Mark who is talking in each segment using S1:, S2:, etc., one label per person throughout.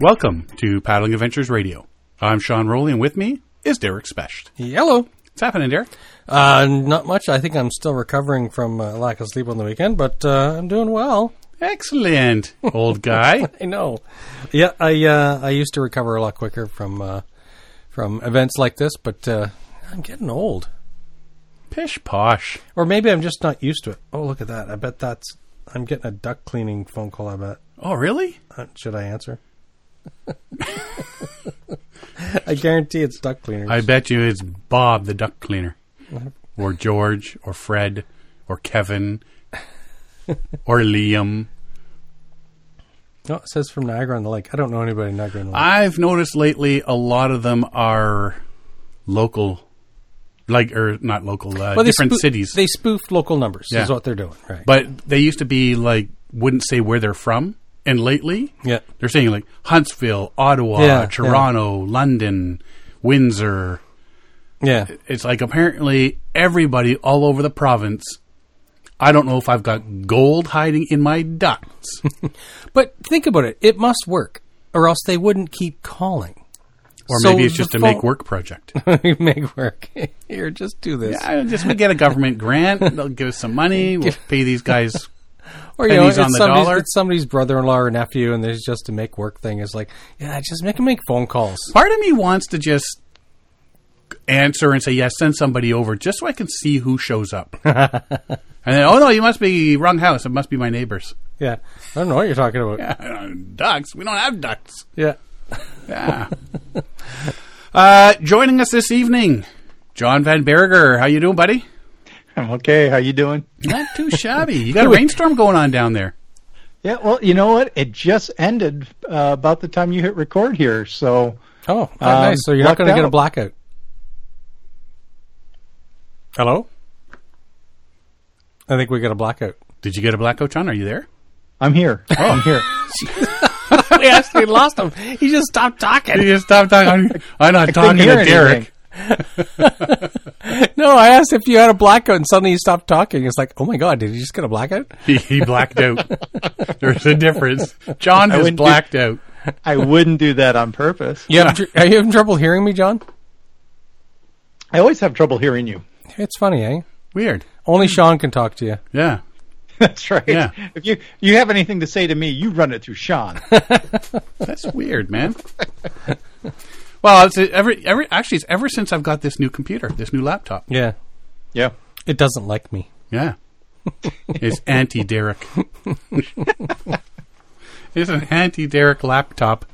S1: Welcome to Paddling Adventures Radio. I'm Sean Rowley, and with me is Derek Specht.
S2: Yellow.
S1: What's happening, Derek?
S2: Uh, not much. I think I'm still recovering from uh, lack of sleep on the weekend, but uh, I'm doing well.
S1: Excellent, old guy.
S2: I know. Yeah, I uh, I used to recover a lot quicker from uh, from events like this, but uh, I'm getting old,
S1: Pish posh.
S2: or maybe I'm just not used to it. Oh, look at that! I bet that's I'm getting a duck cleaning phone call. I bet.
S1: Oh, really?
S2: Uh, should I answer? I guarantee it's duck cleaners.
S1: I bet you it's Bob the duck cleaner, or George, or Fred, or Kevin, or Liam.
S2: no, Oh, it says from Niagara on the Lake. I don't know anybody in Niagara on the Lake.
S1: I've noticed lately a lot of them are local, like or not local, uh,
S2: Well, they
S1: different
S2: spoo-
S1: cities.
S2: They spoofed local numbers.
S1: Yeah.
S2: Is what they're doing, right?
S1: but they used to be like wouldn't say where they're from, and lately
S2: yeah.
S1: they're saying like Huntsville, Ottawa,
S2: Yeah, yeah.
S1: Toronto, London, Windsor.
S2: Yeah.
S1: It's like apparently everybody all over the province. I don't know if I've got gold hiding in my ducts.
S2: But think about it. It must work, or else they wouldn't keep calling.
S1: Or
S2: So
S1: maybe it's
S2: the
S1: just a
S2: phone-
S1: make work project.
S2: Make work. Here, just do this.
S1: I just we get a government grant, they'll give us some money, we'll pay these guys
S2: or you know,
S1: pennies
S2: it's
S1: on the
S2: somebody's,
S1: dollar.
S2: it's somebody's brother-in-law or nephew, and there's just a make work thing. It's like, yeah, just make them make phone calls.
S1: part of me wants to just answer and say yes send somebody over just so i can see who shows up and then oh no you must be wrong house it must be my neighbors Uh,
S2: Yeah, I don't know what you're talking about. Yeah.
S1: ducks we don't have ducks yeah uh, joining us this evening john van berger how you doing buddy
S3: I'm okay. How you doing?
S1: not too shabby you got a rainstorm going on down there
S3: Yeah. Well, you know what? It just ended uh, about the time you hit record here. So
S2: Oh, oh, nice. So you're not
S3: blacked
S2: going to get a
S3: out.
S2: blackout. Hello. I think we got a blackout.
S1: did you get a blackout john are you there
S3: I'm here.
S1: Oh.
S3: I'm here.
S2: we actually lost him. He just stopped talking.
S1: you just stop talking i'm not
S3: Couldn't
S1: talking to
S3: hear
S1: derek
S3: anything.
S2: No, I asked if you had a blackout, and suddenly you stopped talking. It's like, oh my god, did you just get a blackout?
S1: he, he blacked out there's a difference john has
S3: wouldn't do-
S1: blacked out
S3: I wouldn't do that on purpose.
S2: You have, are you having trouble hearing me, John?
S3: I always have trouble hearing you.
S2: It's funny, eh?
S1: Weird.
S2: Only Sean can talk to you.
S1: Yeah.
S3: That's right.
S1: Yeah.
S3: If you you have anything to say to me, you run it through Sean.
S1: That's weird, man. well, it's every every actually it's ever since I've got this new computer, this new laptop.
S2: Yeah,
S3: yeah.
S2: it doesn't like me.
S1: Yeah. It's anti Derek. it's an anti Derek laptop.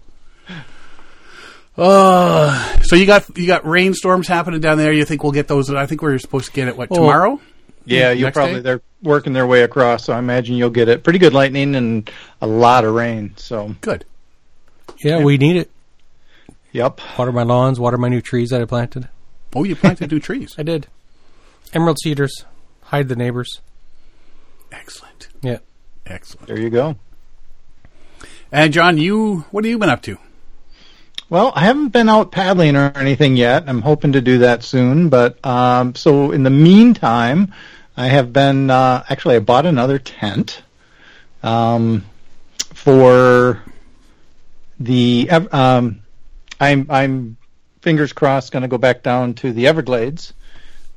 S1: Oh, so you got you got rainstorms happening down there. You think we'll get those? I think we're supposed to get it what
S2: Well-
S1: tomorrow?
S3: Yeah. You'll
S1: Next
S3: probably
S1: day?
S3: they're working their way across, so I imagine you'll get it. Pretty good lightning and a lot of rain. So
S1: Good.
S2: Yeah, we need it.
S3: yep.
S2: Water my lawns, water my new trees that I planted.
S1: Oh, you planted new trees.
S2: I did. Emerald cedars, hide the neighbors.
S1: Excellent.
S2: Yeah.
S1: Excellent.
S3: There you go.
S1: And John, you what have you been up to?
S3: Well, I haven't been out paddling or anything yet. I'm hoping to do that soon. But um, so in the meantime, I have been uh, actually I bought another tent um, for the Ev- um, I'm I'm fingers crossed going to go back down to the Everglades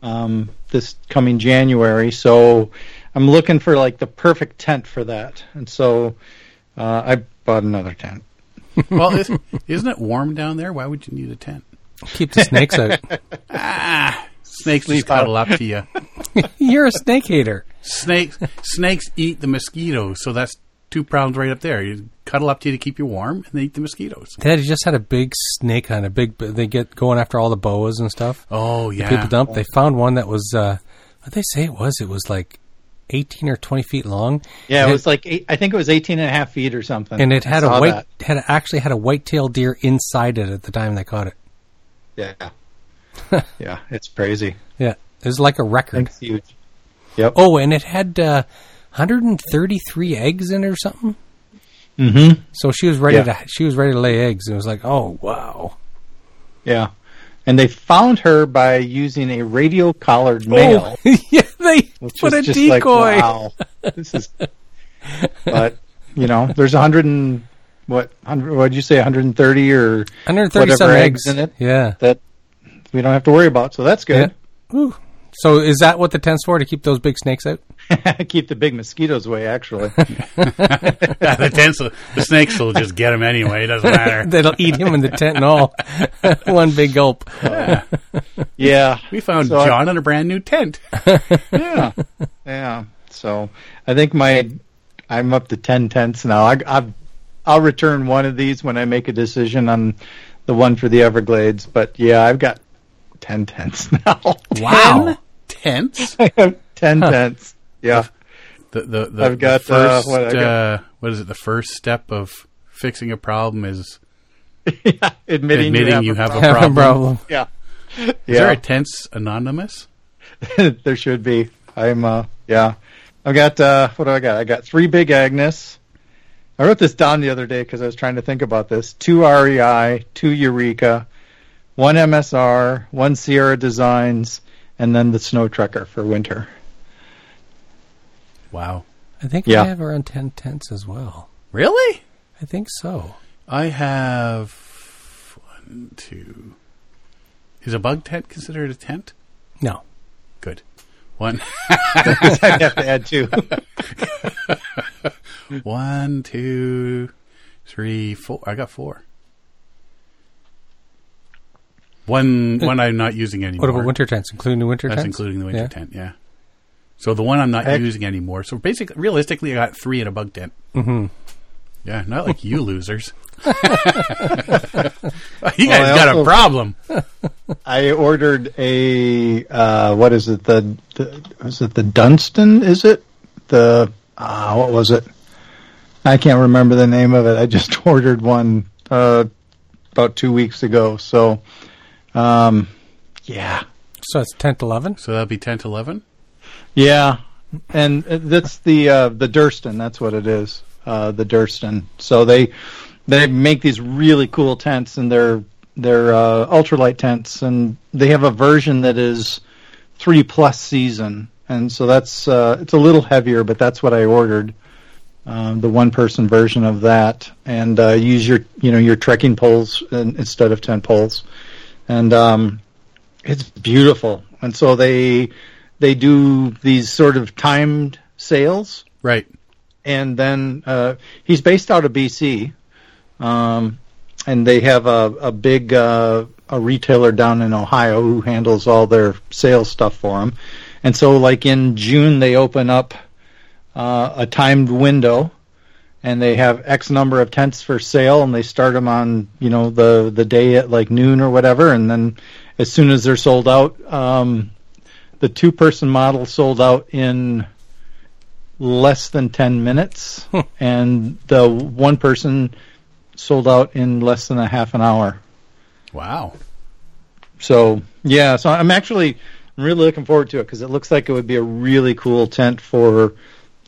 S3: um, this coming January. So I'm looking for like the perfect tent for that. And so uh, I bought another tent.
S1: Well, is, isn't it warm down there? Why would you need a tent?
S2: Keep the snakes out.
S1: Snakes just cuddle up to you.
S2: You're a snake hater.
S1: Snakes snakes eat the mosquitoes, so that's two problems right up there. You cuddle up to you to keep you warm, and they eat the mosquitoes.
S2: Dad you just had a big snake hunt. A big. They get going after all the boas and stuff.
S1: Oh
S2: People
S1: yeah,
S2: dump. They found one that was. uh What they say it was? It was like eighteen or twenty feet long.
S3: Yeah,
S2: And
S3: it was like eight, I think it was 18 and a half feet or something.
S2: and it had
S3: I
S2: a
S3: saw
S2: white
S3: that.
S2: had actually had a white-tailed deer inside it at the time they caught it.
S3: Yeah. yeah, it's crazy.
S2: Yeah, it was like a record.
S3: It's huge. Yep.
S2: Oh, and it had uh, 133 eggs in it or something.
S3: Mm-hmm.
S2: So she was ready
S3: Yeah.
S2: to she was ready to lay eggs. It was like, oh wow,
S3: Yeah. And they found her by using a radio collared male.
S2: Oh, yeah, they
S3: Which
S2: put
S3: is
S2: a
S3: just
S2: decoy.
S3: Like, wow. This is. But, you know, there's 100 and what hundred? What'd you say? 130 or
S2: 130
S3: whatever
S2: some
S3: eggs in it
S2: Yeah.
S3: that we don't have to worry about. So that's
S2: yeah.
S3: good.
S2: Ooh. So is that what the tent's for to keep those big snakes out?
S3: Keep the big mosquitoes away. Actually,
S1: the, tents, will- the snakes will just get them anyway. It doesn't matter.
S2: That'll eat him in the tent and all. One big gulp.
S3: yeah.
S1: We found
S3: So I-
S1: John in a brand new tent.
S3: yeah, yeah. So I think my I'm up to ten tenths now. I, I I'll return one of these when I make a decision on the one for the Everglades. But yeah, I've got ten tenths now.
S1: Wow. Tents?
S3: I have ten tenths. Yeah,
S1: The, the, the,
S3: I've got,
S1: the
S3: uh,
S1: first,
S3: what I got-
S1: uh, what is it? The first step of fixing a problem is
S3: admitting,
S1: admitting you have,
S3: problem.
S1: a
S2: Have
S1: problem.
S2: a problem.
S3: yeah.
S1: Is there
S3: Yeah,
S1: a tense anonymous?
S3: there should be. I'm uh yeah. I've got uh what do I got? I got three big Agnes. I wrote this down the other day because I was trying to think about this. Two REI, two Eureka, one MSR, one Sierra Designs, and then the Snow Trekker for winter.
S1: Wow.
S2: I think
S3: Yeah.
S2: I have around 10 tents as well.
S1: Really?
S2: I think so.
S1: I have one, two. Is a bug tent considered a tent?
S2: No.
S1: Good. One,
S3: I have to add two.
S1: one, two, three, four. I got four. One, one I'm not using anymore.
S2: What about winter tents? Including the winter
S1: That's
S2: tents?
S1: including the winter
S2: Yeah.
S1: tent. Yeah. So the one I'm not
S3: Heck.
S1: using anymore. So basically, realistically, I got three in a bug tent.
S2: Mhm.
S1: Yeah, not like you losers. you guys
S3: I
S1: got a
S3: also-
S1: problem.
S3: I ordered a uh what is it? The, the was it the Dunstan, is it? The uh what was it? I can't remember the name of it. I just ordered one uh about two weeks ago. So um yeah.
S2: So it's tent 11?
S1: So that'll be tent eleven.
S3: Yeah, and uh, that's the uh, the Durston. That's what it is. Uh, the Durston. So they they make these really cool tents, and they're they're uh, ultralight tents, and they have a version that is three plus season, and so that's uh, it's a little heavier, but that's what I ordered. Um, the one person version of that, and uh, use your you know your trekking poles in, instead of tent poles, and um, it's beautiful. And so they they do these sort of timed sales,
S1: Right.
S3: and then uh, he's based out of BC, um, and they have a a big uh, a retailer down in Ohio who handles all their sales stuff for him, and so like in June they open up uh, a timed window. And they have X number of tents for sale, and they start them on you know the the day at like noon or whatever, and then as soon as they're sold out, um, the two person model sold out in less than 10 minutes and the one person sold out in less than a half an hour
S1: Wow.
S3: so yeah so i'm actually really looking forward to it because it looks like it would be a really cool tent for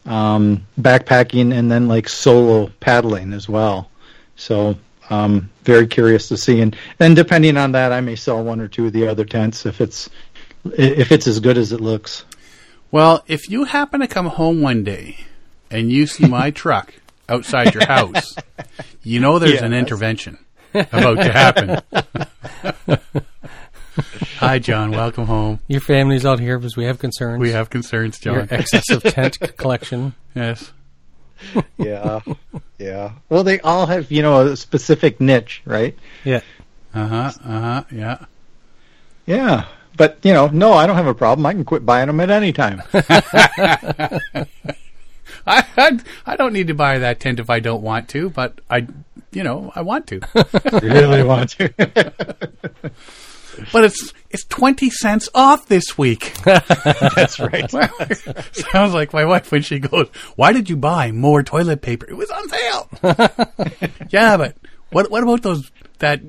S3: um, backpacking and then like solo paddling as well so um, very curious to see and and depending on that i may sell one or two of the other tents if it's if it's as good as it looks
S1: Well, if you happen to come home one day and you see my truck outside your house, you know there's an
S3: Yes.
S1: intervention about to happen. Hi, John. Welcome home.
S2: Your family's out here because we have concerns.
S1: We have concerns,
S2: your
S1: John.
S2: excessive tent collection.
S1: Yes.
S3: yeah, yeah. Well, they all have you know a specific niche, right?
S2: Yeah.
S1: Uh huh. Uh huh. Yeah.
S3: Yeah, but you know, no, I don't have a problem. I can quit buying them at any time.
S1: I, I I don't need to buy that tent if I don't want to, but I, you know, I want to.
S3: really want to?
S1: But it's it's twenty cents off this week.
S3: That's right.
S1: Sounds like my wife when she goes, "Why did you buy more toilet paper? It was on sale." yeah, but what what about those that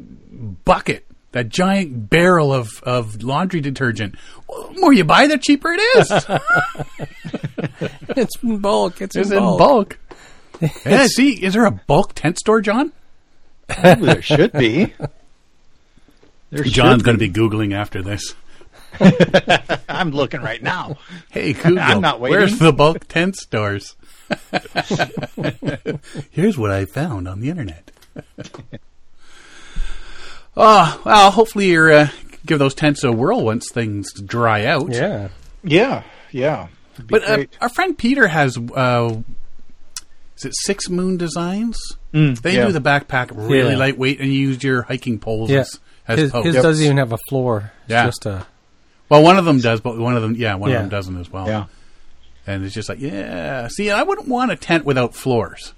S1: bucket, that giant barrel of of laundry detergent? Well, the more you buy, the cheaper it is.
S2: It's in bulk. It's,
S1: it's
S2: in,
S1: in
S2: bulk.
S1: bulk. yeah, see, is there a bulk tent store, John?
S3: Ooh, there should be. There
S1: John's
S3: should
S1: going to be googling after this.
S3: I'm looking right now.
S1: Hey Google,
S3: I'm not waiting.
S1: where's the bulk tent stores? Here's what I found on the internet. Ah, well, hopefully you're uh, give those tents a whirl once things dry out.
S2: Yeah.
S3: Yeah, yeah. It'd be
S1: But uh,
S3: great.
S1: our friend Peter has, uh, is it Six Moon Designs?
S3: Mm,
S1: they
S3: yeah.
S1: do the backpack really
S2: Yeah.
S1: lightweight, and you used your hiking poles
S2: Yeah.
S1: as, as
S2: His,
S1: posts.
S2: his doesn't even have a floor. It's
S1: Yeah.
S2: just a.
S1: Well, one of them does, but one of them, yeah, one
S2: Yeah.
S1: of them doesn't as well.
S3: yeah.
S1: And it's just like, yeah. See, I wouldn't want a tent without floors.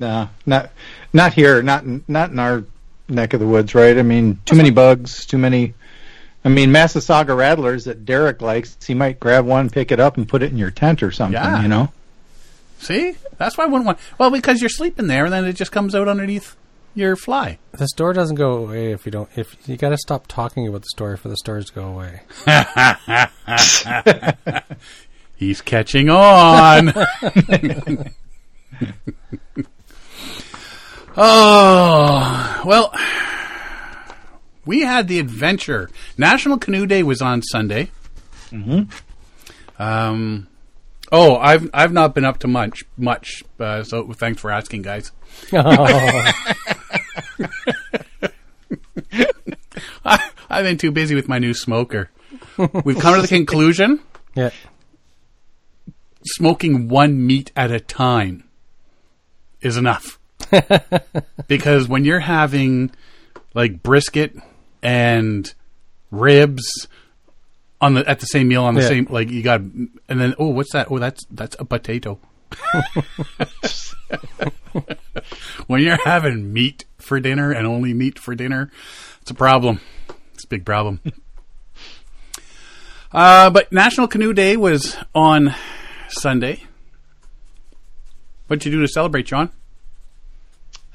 S3: No, not not here. Not in- not in our neck of the woods, right? I mean, too many bugs, too many. I mean, Massasauga rattlers that Derek likes. He might grab one, pick it up, and put it in your tent or something.
S1: Yeah.
S3: You know.
S1: See, that's why I wouldn't want. Well, because you're sleeping there, and then it just comes out underneath your fly.
S2: This door doesn't go away if you don't. If you got to stop talking about the story for the stories to go away.
S1: He's catching on. oh, well, we had the adventure. National Canoe Day was on Sunday. Mm-hmm. Um, oh, I've I've not been up to much much. Uh, so thanks for asking, guys. I, I've been too busy with my new smoker. We've come to the conclusion:
S2: yeah.
S1: smoking one meat at a time is enough. because when you're having like brisket and ribs on the at the same meal on the
S2: Yeah.
S1: same like you got and then oh what's that oh that's that's a potato when you're having meat for dinner and only meat for dinner it's a problem it's a big problem uh, but national canoe day was on sunday what'd you do to celebrate john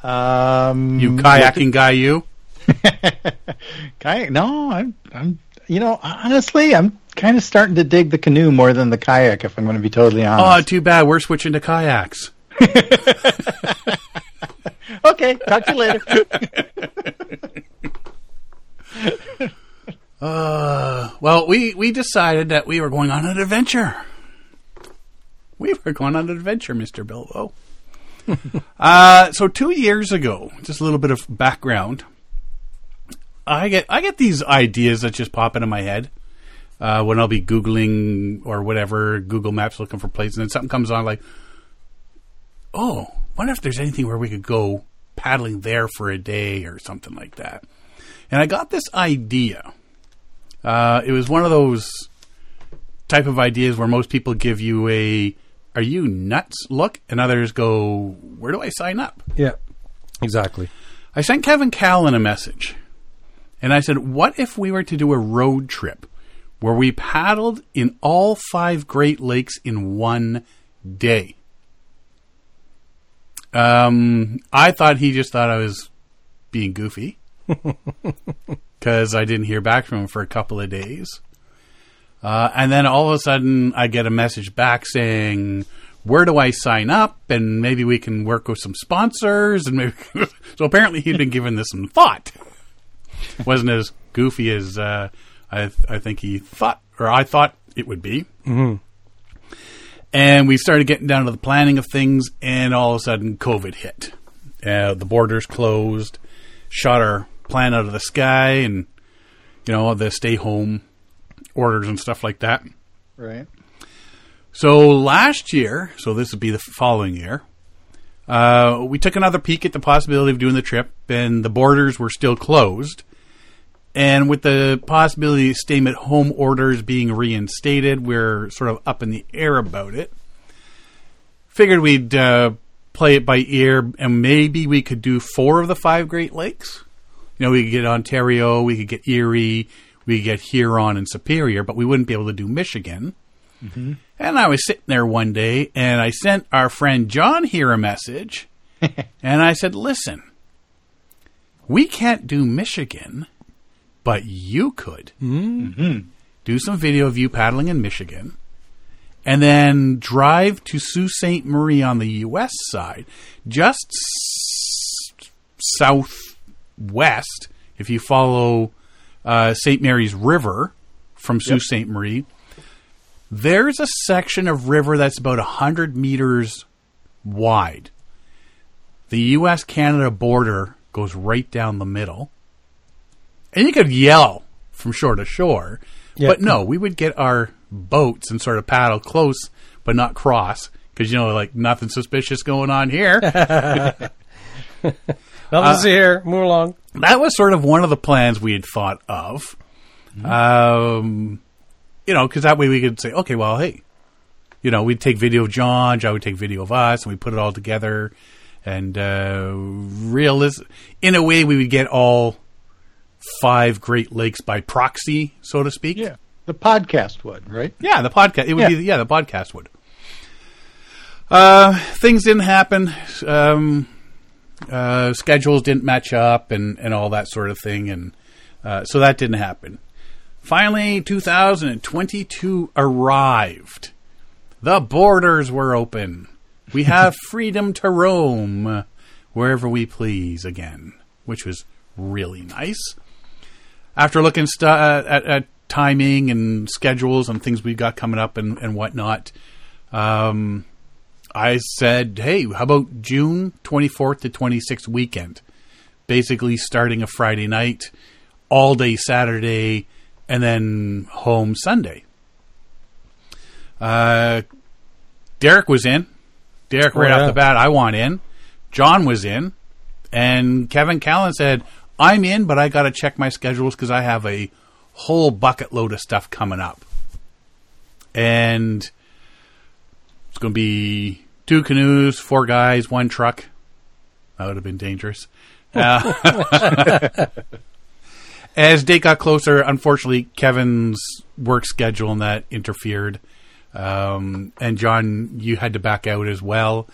S3: Um,
S1: you kayaking guy you
S3: Kayak? No, I'm. I'm. You know, honestly, I'm kind of starting to dig the canoe more than the kayak. If I'm going to be totally
S1: oh
S3: honest.
S1: too bad we're switching to kayaks
S3: Uh, okay. Talk to you later.
S1: Well, we, we decided that we were going on an adventure. We were going on an adventure, Mr. Bilbo. uh, so two years ago, just a little bit of background. I get I get these ideas that just pop into my head uh, when I'll be googling or whatever Google Maps looking for places, and then something comes on like, oh, wonder if there's anything where we could go paddling there for a day or something like that. And I got this idea. Uh, it was one of those type of ideas where most people give you a "Are you nuts?" look, and others go, "Where do I sign up?"
S2: Yeah. Exactly.
S1: I sent Kevin Callan a message, and I said, "What if we were to do a road trip where we paddled in all five Great Lakes in one day?" Um, I thought he just thought I was being goofy because I didn't hear back from him for a couple of days. Uh, and then all of a sudden, I get a message back saying, "Where do I sign up?" And maybe we can work with some sponsors. And maybe so apparently he'd been giving this some thought. Wasn't as goofy as uh, I, th- I think he thought, or I thought it would be. Mm-hmm. And we started getting down to the planning of things, and all of a sudden, COVID hit. Uh, the borders closed, shot our plan out of the sky, and you know the stay home orders and stuff like that.
S3: right.
S1: So last year, so this would be the following year, uh, we took another peek at the possibility of doing the trip, and the borders were still closed. And with the possibility of stay at home orders being reinstated, we're sort of up in the air about it. Figured we'd uh, play it by ear, and maybe we could do four of the five Great Lakes. You know, we could get Ontario, we could get Erie, we could get Huron and Superior, but we wouldn't be able to do Michigan. And I was sitting there one day and I sent our friend John here a message. and I said, listen, we can't do Michigan, but you could. Mm-hmm. Do some video of you paddling in Michigan and then drive to Sault Ste. Marie on the U.S. side, just s- southwest if you follow uh, St. Mary's River from Sault Ste. Marie there's a section of river that's about 100 meters wide. The U.S. Canada border goes right down the middle. And you could yell from shore to shore,
S2: Yeah.
S1: but no, we would get our boats and sort of paddle close, but not cross, because you know, like nothing suspicious going on here.
S2: Nothing to see here. Move along.
S1: that was sort of one of the plans we had thought of. Um, you know, because that way we could say, okay, well, hey, you know, we'd take video of John, John would take video of us, and we put it all together. And uh, realis- in a way, we would get all five Great Lakes by proxy, so to speak.
S3: Yeah. The podcast would, right?
S1: Yeah, the podcast. It would
S3: Yeah.
S1: be yeah, the podcast would. Uh, things didn't happen. Um, uh, schedules didn't match up, and and all that sort of thing, and uh, so that didn't happen. Finally, 2022 arrived. The borders were open. We have freedom to roam wherever we please again, which was really nice after looking stu- uh, at, at timing and schedules and things we've got coming up and, and whatnot, um, I said, hey, how about June 24th to 26th weekend? Basically, starting a Friday night, all day Saturday, and then home Sunday. Uh, Derek was in. Derek, right
S2: Oh, yeah.
S1: off the bat, I want in. John was in. And Kevin Callan said, I'm in, but I got to check my schedules because I have a whole bucket load of stuff coming up. And it's going to be two canoes, four guys, one truck. That would have been dangerous. Uh, as date got closer, unfortunately, Kevin's work schedule and that interfered. Um, and John, you had to back out as well.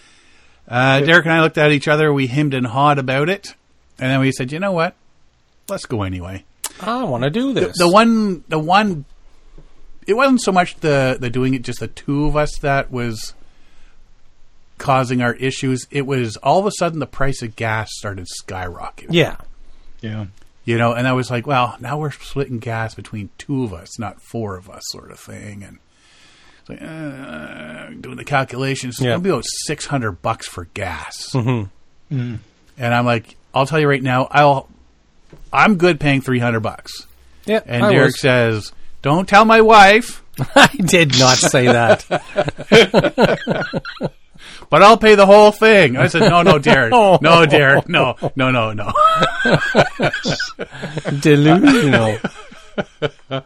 S1: Uh, Derek and I looked at each other. We hemmed and hawed about it, and then we said, "You know what? Let's go anyway."
S2: I want to do this.
S1: The one, the one, it wasn't so much the the doing it, just the two of us that was causing our issues. It was all of a sudden the price of gas started skyrocketing.
S2: Yeah.
S3: Yeah.
S1: You know, and I was like, well, now we're splitting gas between two of us, not four of us, sort of thing. And it's like, uh, doing the calculations, it's
S2: Yeah.
S1: going to be about 600 bucks for gas. Mm-hmm. And I'm like, I'll tell you right now, I'll, I'm good paying 300 bucks.
S2: Yeah.
S1: And
S2: I
S1: Derek
S2: was.
S1: says, don't tell my wife,
S2: I did not say that.
S1: but I'll pay the whole thing. I said, no, no, Derek. No, Derek. No, no, no, no.
S2: Delusional.
S3: You know,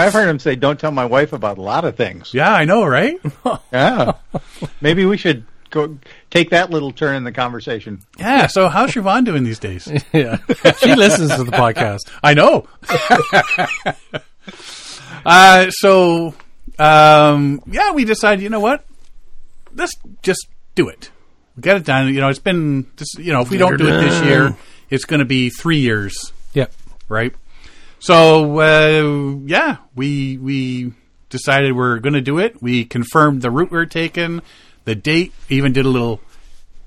S3: I've heard him say, "Don't tell my wife about a lot of things."
S1: Yeah, I know, right?
S3: Yeah. Maybe we should go take that little turn in the conversation.
S1: Yeah. So how's Siobhan doing these days?
S2: yeah. She listens to the podcast.
S1: I know. uh, so, um, yeah, we decided, you know what? Let's just do it. Get it done. You know, it's been, this, you know, if we don't do it this year, it's going to be three years,
S2: Yeah.
S1: right? So, uh, yeah, we, we decided we're going to do it. We confirmed the route we we're taking, the date, even did a little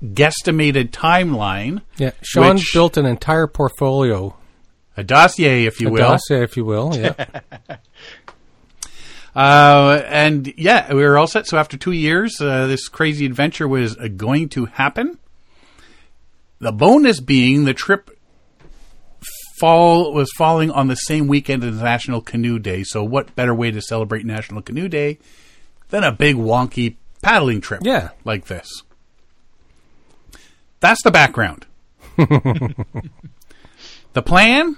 S1: guesstimated timeline,
S2: Yeah. Sean
S1: Which-
S2: built an entire portfolio,
S1: a dossier, if you will.
S2: dossier, if you will. Yeah.
S1: Uh, and yeah, we were all set. So after two years, uh, this crazy adventure was uh, going to happen. The bonus being the trip fall was falling on the same weekend as National Canoe Day. So what better way to celebrate National Canoe Day than a big wonky paddling trip?
S2: Yeah.
S1: like this. That's the background. the plan.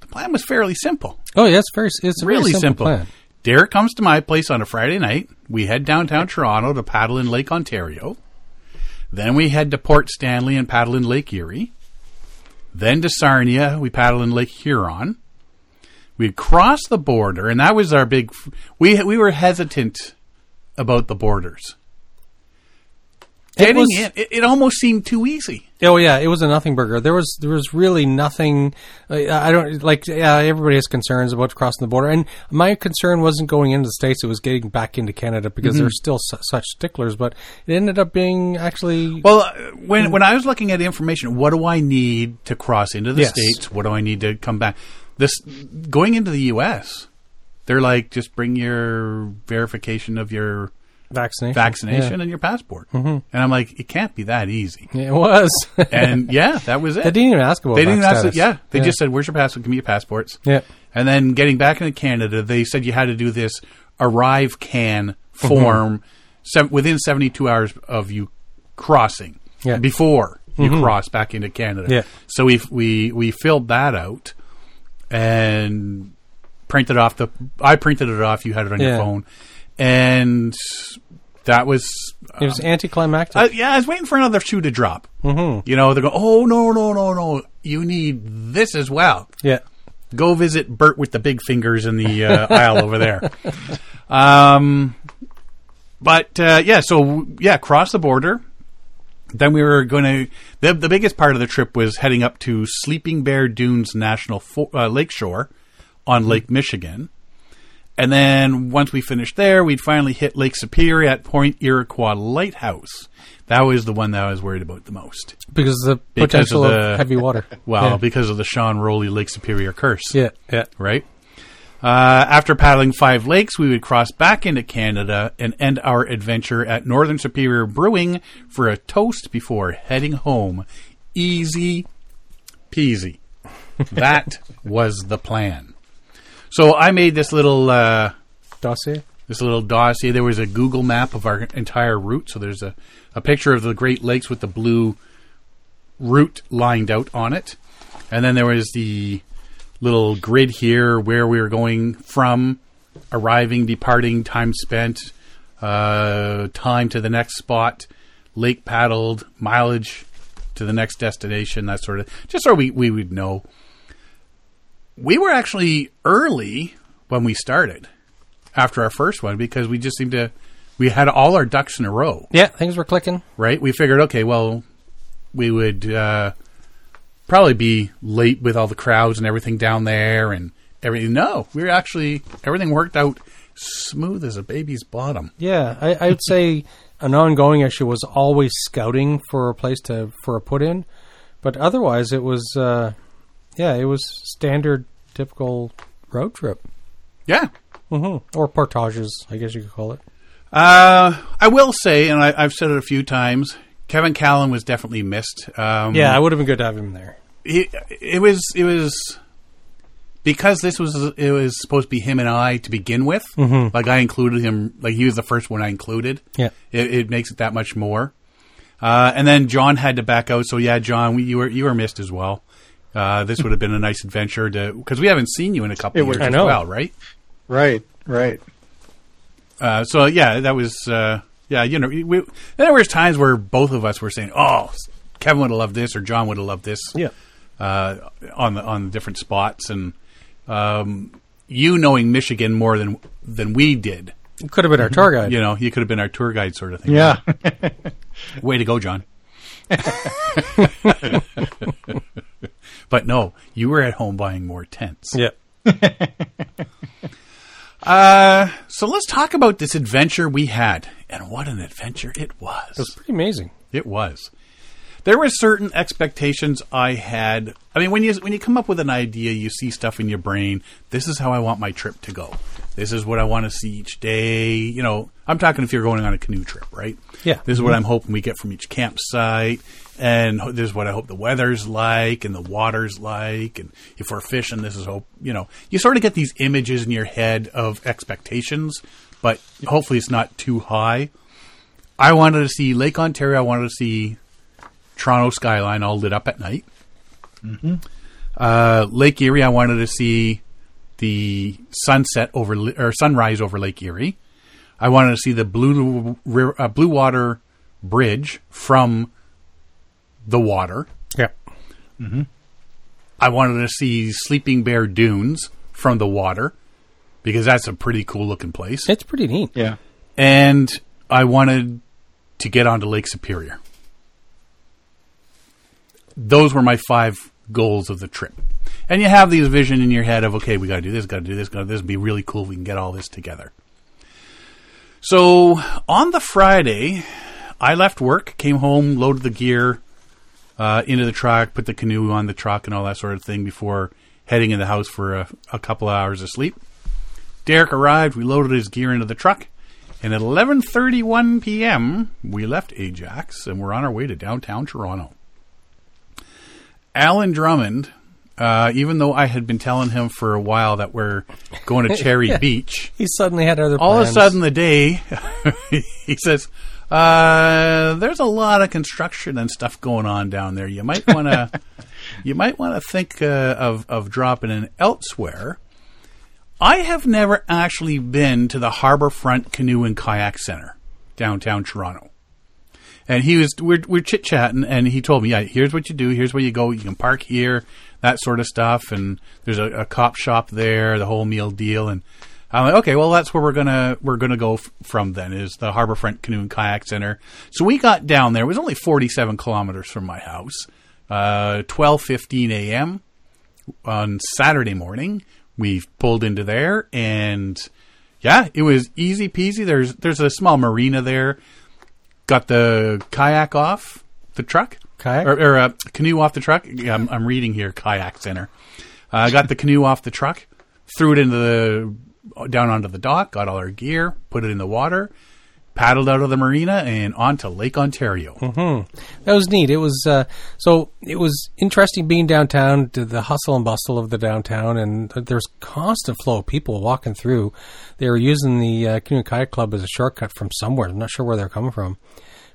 S1: The plan was fairly simple
S2: Oh, yeah. It's very, it's a very
S1: really simple.
S2: plan.
S1: Derek comes to my place on a Friday night. We head downtown Toronto to paddle in Lake Ontario. Then we head to Port Stanley and paddle in Lake Erie. Then to Sarnia, we paddle in Lake Huron. We'd cross the border, and that was our big. f- We we were hesitant about the borders. Getting
S2: was-
S1: in, it, it almost seemed too easy.
S2: Oh yeah, it was a nothing burger. There was there was really nothing. I I don't like. Yeah, everybody has concerns about crossing the border, and my concern wasn't going into the states; it was getting back into Canada because
S1: Mm-hmm.
S2: there's still su- such sticklers. But it ended up being actually
S1: Well, uh, when when I was looking at information, what do I need to cross into the
S2: Yes.
S1: states? What do I need to come back? This going into the U.S., they're like just bring your verification of your
S2: Vaccination.
S1: vaccination and your passport. Mm-hmm. And I'm like, it can't be that easy.
S2: Yeah. It was. they
S1: And yeah, that was it.
S2: didn't even ask about.
S1: They didn't
S2: vac
S1: ask.
S2: status.
S1: Yeah, they just said, "Where's your passport? Give me your passports."
S2: Yeah.
S1: And then getting back into Canada, they said you had to do this arrive can
S2: Mm-hmm.
S1: form sev within 72 hours of you crossing
S2: Yeah. Mm-hmm.
S1: before you cross back into Canada.
S2: Yeah.
S1: So we we we filled that out and printed off the. I printed it off. You had it on your
S2: Yeah.
S1: phone, and that was.
S2: It was anticlimactic.
S1: Uh, yeah, I was waiting for another shoe to drop. Mm-hmm. You know, they go, "Oh no, no, no, no! You need this as well."
S2: yeah.
S1: go visit Bert with the big fingers in the uh, aisle over there. Um, but uh, yeah, so yeah, cross the border. Then we were going to the the biggest part of the trip was heading up to Sleeping Bear Dunes National Fo- uh, Lakeshore on Lake Michigan. And then once we finished there, we'd finally hit Lake Superior at Point Iroquois Lighthouse. That was the one that I was worried about the most.
S2: Because of the
S1: Because
S2: potential
S1: of
S2: of,
S1: the-
S2: heavy water.
S1: Well,
S2: Yeah.
S1: because of the Sean Rowley Lake Superior curse
S2: yeah. Yeah.
S1: right? Uh, after paddling five lakes, we would cross back into Canada and end our adventure at Northern Superior Brewing for a toast before heading home. Easy peasy. That was the plan. So I made this little uh,
S2: Dossier.
S1: this little dossier. There was a Google map of our entire route. So there's a, a picture of the Great Lakes with the blue route lined out on it. And then there was the little grid here where we were going from, arriving, departing, time spent, uh, time to the next spot, lake paddled, mileage to the next destination, that sort of just so we, we would know. We were actually early when we started after our first one because we just seemed to we had all our ducks in a row
S2: Yeah. Things were clicking.
S1: right we figured okay well we would uh, probably be late with all the crowds and everything down there and everything no we were actually everything worked out smooth as a baby's bottom
S2: Yeah, I, I would say an ongoing issue was always scouting for a place to for a put in, but otherwise it was, uh, yeah, it was standard, typical road trip
S1: yeah
S2: hmm or portages, I guess you could call it.
S1: uh, i will say and I, i've said it a few times kevin callan was definitely missed um,
S2: Yeah, it would have been good to have him there.
S1: it, it was it was because this was it was supposed to be him and I to begin with. Like I included him, like he was the first one I included.
S2: Mm-hmm. Yeah.
S1: it, it makes it that much more. Uh, and then John had to back out, so yeah, John, we, you were you were missed as well. Uh, this would have been a nice adventure to because we haven't seen you in a couple
S3: It
S1: of
S3: would-
S1: years
S2: I
S1: as
S2: know.
S1: well, right?
S3: Right, right.
S1: Uh, so yeah, that was uh, yeah. You know, we, we- there was times where both of us were saying, "Oh, Kevin would have loved this," or "John would have loved this." uh, on the on the different spots, and um, you knowing Michigan more than than we did.
S2: It could have been our tour guide.
S1: You know, you could have been our tour guide, sort of thing.
S3: Yeah.
S1: way to go, John. but no, you were at home buying more tents.
S2: yeah.
S1: Uh, so let's talk about this adventure we had, and what an adventure it was.
S2: It's pretty amazing.
S1: It was. There were certain expectations I had. I mean, when you when you come up with an idea, you see stuff in your brain. This is how I want my trip to go. This is what I want to see each day. You know, I'm talking if you're going on a canoe trip, right?
S2: Yeah.
S1: This is what I'm hoping we get from each campsite, and ho- this is what I hope the weather's like, and the water's like, and if we're fishing, this is hope. You know, you sort of get these images in your head of expectations, but hopefully it's not too high. I wanted to see Lake Ontario. I wanted to see Toronto skyline all lit up at night. Uh, Lake Erie. I wanted to see the sunset over Li- or sunrise over Lake Erie. I wanted to see the blue Ri- uh, blue water bridge from the water.
S2: Yeah.
S1: I wanted to see Sleeping Bear Dunes from the water because that's a pretty cool looking place.
S2: It's pretty neat.
S3: yeah.
S1: and I wanted to get onto Lake Superior. Those were my five goals of the trip. And you have these vision in your head of okay, we got to do this, got to do this, got to do this. It'd be really cool if we can get all this together. So on the Friday, I left work, came home, loaded the gear uh, into the truck, put the canoe on the truck, and all that sort of thing before heading in the house for a, a couple of hours of sleep. Derek arrived. We loaded his gear into the truck, And at 11:31 p.m., we left Ajax and we're on our way to downtown Toronto. Alan Drummond, uh, even though I had been telling him for a while that we're going to Cherry Beach,
S2: He suddenly had other
S1: all of a
S2: plans.
S1: sudden the day he says, uh, "There's a lot of construction and stuff going on down there. You might want to, you might want to think uh, of of dropping in elsewhere." I have never actually been to the Harborfront Canoe and Kayak Center, downtown Toronto. And he was we're, we're chit chatting, and he told me, "Yeah, here's what you do. Here's where you go. You can park here, that sort of stuff. And there's a, a cop shop there, the whole meal deal." And I'm like, "Okay, well, that's where we're gonna we're gonna go f- from then is the Harborfront Canoe and Kayak Center." So we got down there. It was only 47 kilometers from my house. Uh, 12:15 a.m on Saturday morning. We pulled into there, and yeah, it was easy peasy. There's there's a small marina there. Got the kayak off the truck,
S2: Kayak?
S1: or, or uh, canoe off the truck. Yeah, I'm, I'm reading here, kayak center. I uh, got the canoe off the truck, threw it into the down onto the dock, got all our gear, put it in the water, paddled out of the marina, and onto Lake Ontario.
S2: That was neat. It was uh, so it was interesting being downtown, to the hustle and bustle of the downtown, and th- there's constant flow of people walking through. They were using the uh, Canoe and Kayak Club as a shortcut from somewhere. I'm not sure where they're coming from,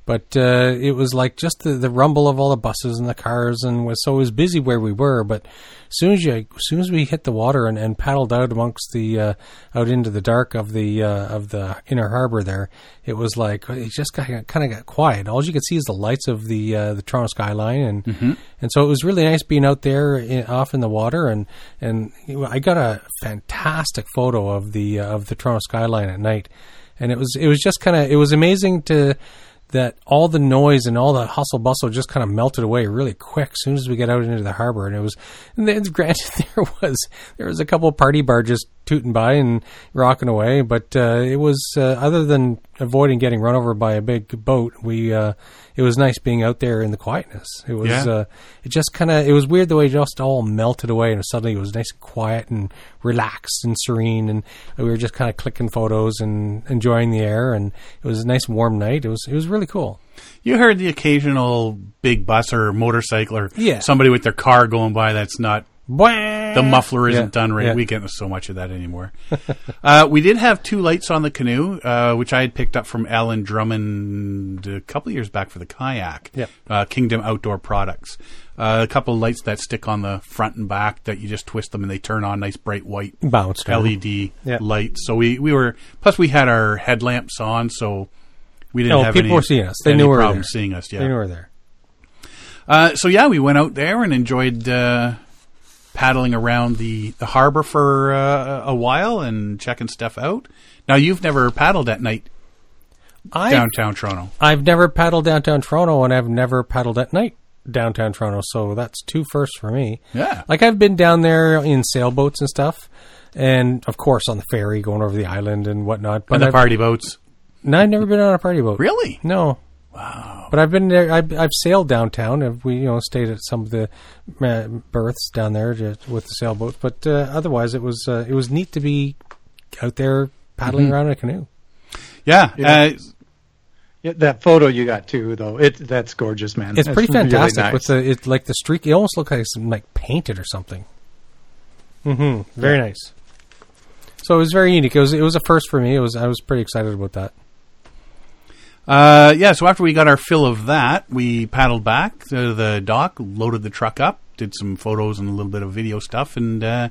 S2: but uh, it was like just the, the rumble of all the buses and the cars, and was, so it was busy where we were. But as soon as you, as soon as we hit the water and, and paddled out amongst the uh, out into the dark of the uh, of the inner harbor, there it was like it just kind of, kind of got quiet. All you could see is the lights of the uh, the Toronto skyline, and and so it was really nice being out there in, off in the water, and and you know, I got a fantastic photo of the uh, of the Toronto skyline at night, and it was it was just kind of it was amazing to that all the noise and all the hustle bustle just kind of melted away really quick as soon as we got out into the harbor and it was and then granted there was there was a couple party barges tooting by and rocking away but uh, it was uh, other than avoiding getting run over by a big boat we uh, it was nice being out there in the quietness it was
S1: Yeah.
S2: uh, it just kind of it was weird the way it just all melted away and suddenly it was nice and quiet and relaxed and serene and we were just kind of clicking photos and enjoying the air and it was a nice warm night it was it was really cool
S1: You heard the occasional big bus or motorcycle or
S2: Yeah.
S1: somebody with their car going by that's not
S2: the
S1: the muffler isn't done right.
S2: yeah.
S1: We get so much of that anymore. uh, we did have two lights on the canoe, uh, which I had picked up from Alan Drummond a couple of years back for the kayak.
S2: Yep.
S1: Uh, Kingdom Outdoor Products. Uh, a couple of lights that stick on the front and back that you just twist them and they turn on nice bright white
S2: bounced around.
S1: LED
S2: Yeah.
S1: lights. E So we, we were plus we had our headlamps on, so we didn't
S2: No,
S1: have
S2: Oh, people
S1: any,
S2: were seeing us. They
S1: any
S2: knew we were
S1: problem
S2: there.
S1: seeing us. Yeah,
S2: They were there.
S1: uh, so yeah, we went out there and enjoyed uh, paddling around the, the harbor for uh, a while and checking stuff out. Now you've never paddled at night
S2: I
S1: downtown Toronto.
S2: I've never paddled downtown Toronto, and I've never paddled at night downtown Toronto. So that's two firsts for me.
S1: Yeah.
S2: like I've been down there in sailboats and stuff, and of course on the ferry going over the island and whatnot. But
S1: On the
S2: I've,
S1: party boats,
S2: no, I've never been on a party boat.
S1: really?
S2: No. Wow. But I've been there. I've, I've sailed downtown. I've, we you know stayed at some of the uh, berths down there to, with the sailboats. But uh, otherwise, it was uh, it was neat to be out there paddling
S3: Mm-hmm.
S2: around in a canoe.
S1: Yeah. Uh,
S3: Yeah, that photo you got too, though it that's gorgeous, man.
S2: It's
S3: That's
S2: pretty
S3: really
S2: fantastic
S3: nice.
S2: with the it like the streak. It almost looks like some like painted or something. Mm-hmm. Very nice. So it was very unique. It was it was a first for me. It was I was pretty excited about that.
S1: Uh, yeah, so after we got our fill of that, we paddled back to the dock, loaded the truck up, did some photos and a little bit of video stuff, and uh,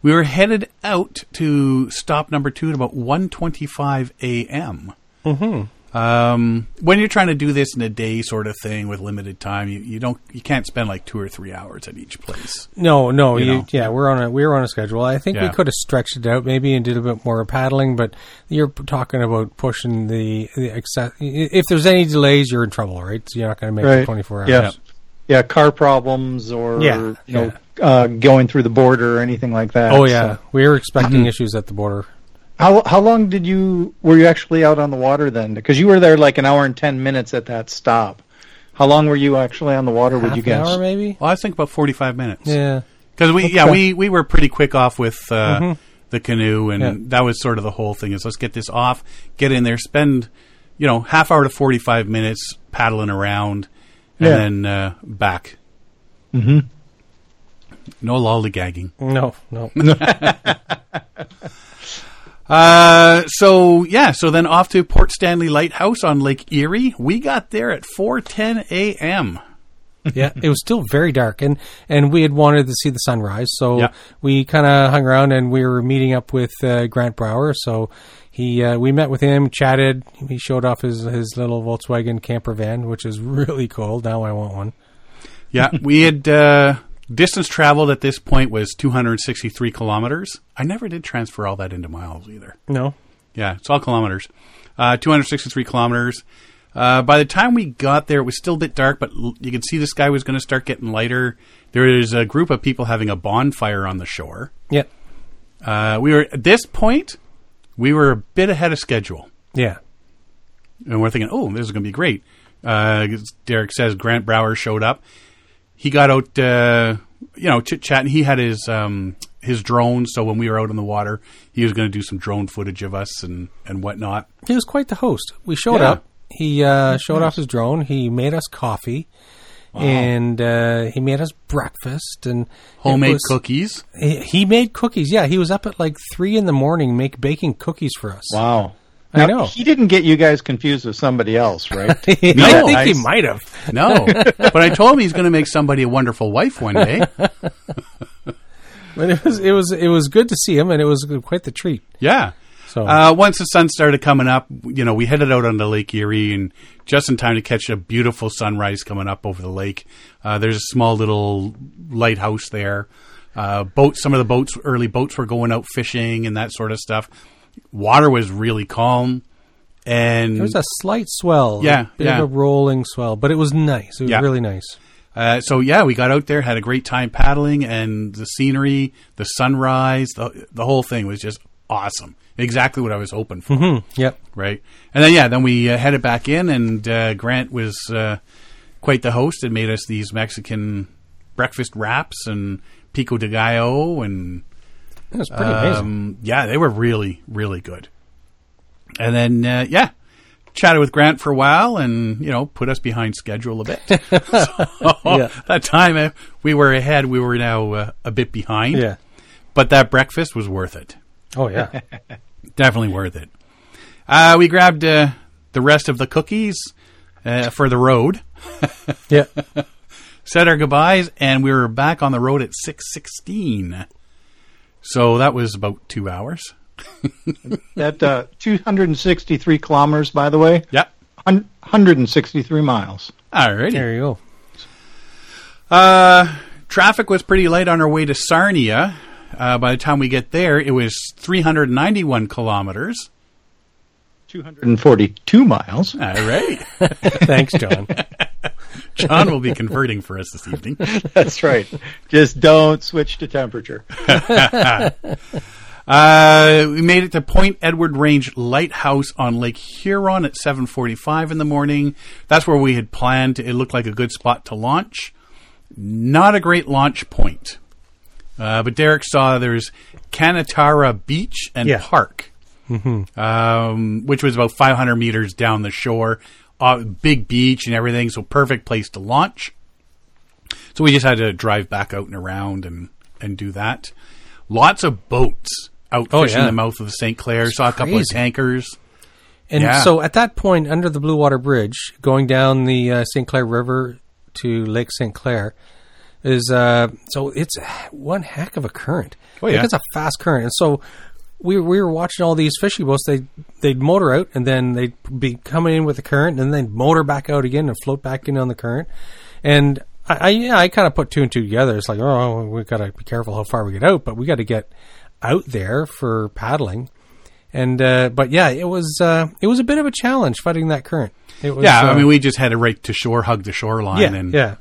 S1: we were headed out to stop number two at about 1.25 a.m. Mm-hmm. Um, when you're trying to do this in a day sort of thing with limited time, you, you don't you can't spend like two or three hours at each place.
S2: No, no,
S1: You
S2: you
S1: know.
S2: yeah, we're on a we were on a schedule. I think we
S1: Yeah.
S2: could have stretched it out maybe and did a bit more paddling, but you're p- talking about pushing the the excess. If there's any delays, you're in trouble, right? So you're not going to make
S3: right.
S2: it 24 hours.
S3: Yeah. yeah, car problems or
S2: Yeah,
S3: you know uh, going through the border or anything like that.
S2: Oh yeah,
S3: So
S2: we were expecting
S3: Mm-hmm.
S2: issues at the border.
S3: how how long did you were you actually out on the water then? Because you were there like an hour and ten minutes at that stop. How long were you actually on the water? would
S2: Half
S3: you
S2: an
S3: guess?
S2: hour maybe?
S1: Well, I think about 45 minutes.
S2: Yeah.
S1: Because we, yeah, we, we were pretty quick off with uh, the canoe, and
S2: Yeah.
S1: that was sort of the whole thing. Is let's get this off, get in there, spend you know half hour to forty five minutes paddling around, and
S3: Yeah.
S1: then uh, back. Mm-hmm. No lollygagging.
S2: No, no.
S1: Uh, so yeah, so then off to Port Stanley Lighthouse on Lake Erie. We got there at four ten a.m.
S2: yeah, it was still very dark, and and we had wanted to see the sunrise, so
S1: Yeah.
S2: we kind of hung around, and we were meeting up with uh, Grant Brower, so. He, uh, we met with him, chatted. He showed off his, his little Volkswagen camper van, which is really cool. Now I want one.
S1: Yeah, we had uh, distance traveled at this point was 263 kilometers. I never did transfer all that into miles either.
S2: No,
S1: Yeah, it's all kilometers. Uh, 263 kilometers. Uh, by the time we got there, it was still a bit dark, but l- you could see the sky was going to start getting lighter. There is a group of people having a bonfire on the shore.
S2: yeah,
S1: Uh, we were at this point, we were a bit ahead of schedule.
S2: yeah,
S1: And we're thinking, oh, this is going to be great. Uh, Derek says Grant Brower showed up. He got out, uh, you know, chit chatting. He had his um, his drone, so when we were out on the water, he was going to do some drone footage of us and and whatnot.
S2: he was quite the host. We showed
S1: Yeah.
S2: up. He uh, showed off his drone. He made us coffee, and uh, he made us breakfast and it
S1: Homemade
S2: was-
S1: cookies.
S2: He, he made cookies. Yeah, he was up at like three in the morning, make baking cookies for us.
S3: Wow.
S2: I know.
S3: He didn't get you guys confused with somebody else, right?
S2: I think
S1: No,
S2: he
S3: I-
S2: might have.
S1: No, but I told him he's going to make somebody a wonderful wife one day.
S2: But it was it was it was good to see him, and it was quite the treat.
S1: Yeah.
S2: So
S1: Uh, once the sun started coming up, you know, we headed out onto Lake Erie and just in time to catch a beautiful sunrise coming up over the lake. Uh, there's a small little lighthouse there. Uh, boats, some of the boats, early boats were going out fishing and that sort of stuff. Water was really calm. And
S2: there was a slight swell,
S1: Mm. Yeah,
S2: a bit
S1: yeah.
S2: of a rolling swell, but it was nice. It was
S1: Yeah.
S2: really nice.
S1: Uh, so yeah, we got out there, had a great time paddling, and the scenery, the sunrise, the the whole thing was just awesome. Exactly what I was hoping for,
S2: Yep.
S1: right? And then yeah, then we uh, headed back in, and uh, Grant was uh, quite the host and made us these Mexican breakfast wraps and pico de gallo, and
S2: It was pretty amazing.
S1: um, yeah, they were really really good. And then uh, yeah, chatted with Grant for a while, and you know put us behind schedule a bit.
S2: Yeah.
S1: that time uh, we were ahead, we were now uh, a bit behind.
S2: Yeah.
S1: But that breakfast was worth it.
S2: Oh yeah.
S1: Definitely worth it. Uh, we grabbed uh, the rest of the cookies uh, for the road,
S2: yeah.
S1: said our goodbyes, and we were back on the road at six sixteen. So that was about two hours.
S3: that uh, 263 kilometers, by the way,
S1: Yep.
S3: hun- 163 miles.
S1: All righty.
S2: There you go.
S1: Uh, traffic was pretty light on our way to Sarnia. Uh, by the time we get there, it was 391 kilometers.
S3: 242 miles.
S1: All right.
S2: Thanks, John.
S1: John will be converting for us this evening.
S3: That's right. Just don't switch to temperature.
S1: Uh, we made it to Point Edward Range Lighthouse on Lake Huron at 7:45 in the morning. That's where we had planned. It looked like a good spot to launch. Not a great launch point, uh, but Derek saw there's Canatara Beach and
S2: Yeah.
S1: Park, um, which was about 500 meters down the shore. Uh, big beach and everything, so perfect place to launch. So we just had to drive back out and around and and do that. Lots of boats out
S2: Oh,
S1: fishing
S2: yeah.
S1: the mouth of the St. Clair. Saw a couple of
S2: crazy.
S1: tankers.
S2: And
S1: Yeah.
S2: so at that point, under the Blue Water Bridge, going down the uh, St. Clair River to Lake St. Clair, is uh, so it's one heck of a current.
S1: Oh, yeah.
S2: Like, it's a fast current. And so we, we were watching all these fishing boats. They, they'd motor out and then they'd be coming in with the current and then they'd motor back out again and float back in on the current. And I, I, yeah, I kind of put two and two together. It's like, oh, we got to be careful how far we get out, but we got to get out there for paddling. And uh, but yeah, it was uh, it was a bit of a challenge fighting that current. It was,
S1: Yeah,
S2: uh,
S1: I mean, we just had to right to shore, hug the shoreline,
S2: yeah,
S1: and
S2: yeah.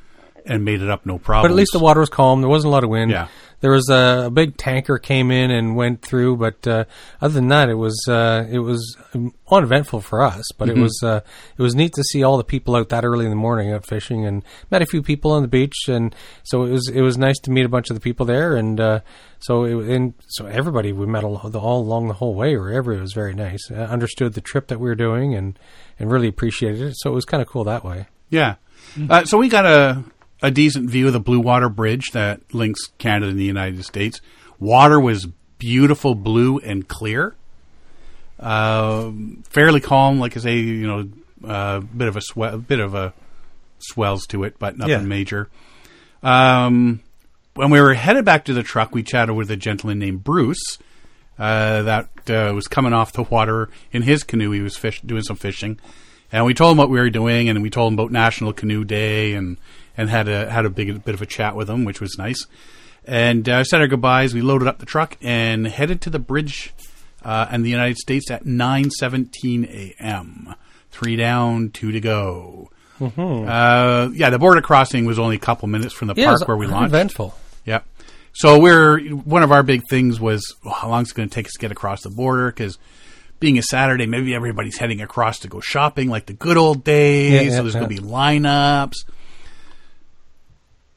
S1: and made it up no problem.
S2: But at least the water was calm. There wasn't a lot of wind.
S1: Yeah.
S2: There was a, a big tanker came in and went through, but uh, other than that, it was uh, it was um, uneventful for us. But it was uh, it was neat to see all the people out that early in the morning out fishing, and met a few people on the beach, and so it was it was nice to meet a bunch of the people there, and uh, so it, and so everybody we met all, all along the whole way, or everybody was very nice, uh, understood the trip that we were doing, and and really appreciated it. So it was kind of cool that way.
S1: Yeah. Uh, so we got a a decent view of the Blue Water Bridge that links Canada and the United States. Water was beautiful blue and clear. Um, fairly calm, like I say, you know, a bit of a swell, bit of a swells to it, but nothing
S2: Yeah.
S1: major. Um, when we were headed back to the truck, we chatted with a gentleman named Bruce uh, that uh, was coming off the water in his canoe. He was fish- doing some fishing, and we told him what we were doing, and we told him about National Canoe Day, and and had a had a big bit of a chat with him, which was nice. And uh, said our goodbyes. We loaded up the truck and headed to the bridge uh, in the United States at nine seventeen a.m. Three down, two to go. Uh, yeah, the border crossing was only a couple minutes from the
S2: Mm-hmm. Yeah, it was
S1: park where we launched.
S2: Uneventful.
S1: Yeah. So we're one of our big things was oh, how long is it going to take us to get across the border? Because being a Saturday, maybe everybody's heading across to go shopping like the good old days.
S2: Yeah, yeah,
S1: so there's going to
S2: yeah.
S1: be lineups,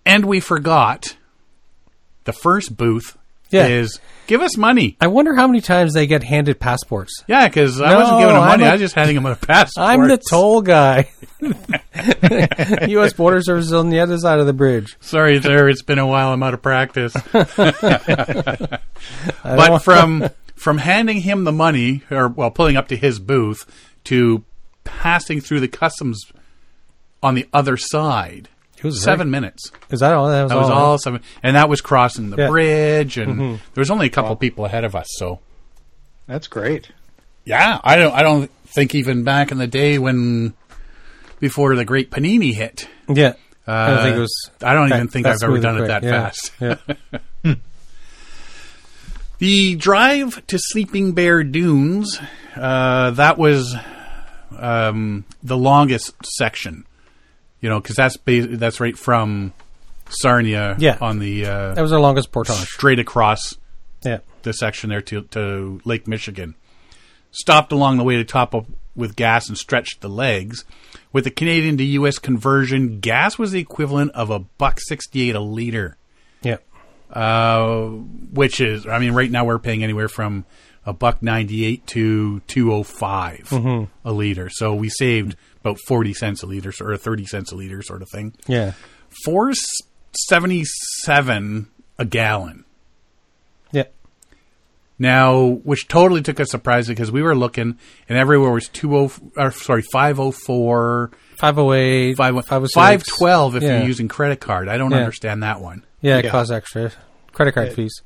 S1: and we forgot the first booth
S2: Yeah.
S1: is give us money.
S2: I wonder how many times they get handed passports.
S1: Yeah, because I
S2: No,
S1: wasn't giving them
S2: I'm
S1: money.
S2: a-
S1: I was just handing them a passport.
S2: I'm the toll guy. U.S. Border Service is on the other side of the bridge.
S1: Sorry, sir. It's been a while. I'm out of practice.
S2: I
S1: but
S2: don't-
S1: from from handing him the money, or well, pulling up to his booth, to passing through the customs on the other side,
S2: It was
S1: seven minutes.
S2: is that all? That was,
S1: That was
S2: all.
S1: all seven, and that was crossing the
S2: Yeah. Mm-hmm.
S1: bridge, and there was only a couple people ahead of us. So
S3: That's great.
S1: yeah, I don't, I don't think even back in the day when before the great Panini hit,
S2: Yeah. I don't think it was.
S1: Uh, I don't even
S2: that-
S1: think
S2: that
S1: I've ever
S2: smooth
S1: done
S2: and
S1: it that
S2: quick. Yeah.
S1: fast.
S2: Yeah.
S1: The drive to Sleeping Bear Dunes, uh, that was um, the longest section, you know, because that's ba- that's right from Sarnia
S2: Yeah.
S1: on the
S2: That
S1: uh,
S2: was our longest portage.
S1: straight across
S2: Yeah.
S1: the section there to to Lake Michigan. Stopped along the way to top up with gas and stretched the legs. With the Canadian to U.S. conversion, gas was the equivalent of a buck sixty-eight a liter
S2: Yeah.
S1: uh, which is I mean right now we're paying anywhere from a buck ninety eight to two oh five a liter. So we saved about forty cents a liter or thirty cents a liter sort of thing.
S2: Yeah.
S1: Four seventy seven a gallon.
S2: Yeah.
S1: Now, which totally took us surprising because we were looking and everywhere was two oh or sorry five oh four
S2: 508,
S1: five
S2: 506.
S1: five twelve if
S2: Yeah.
S1: you're using credit card. I don't
S2: Yeah.
S1: understand that one.
S2: Yeah, it
S3: Yeah.
S2: costs extra credit card fees.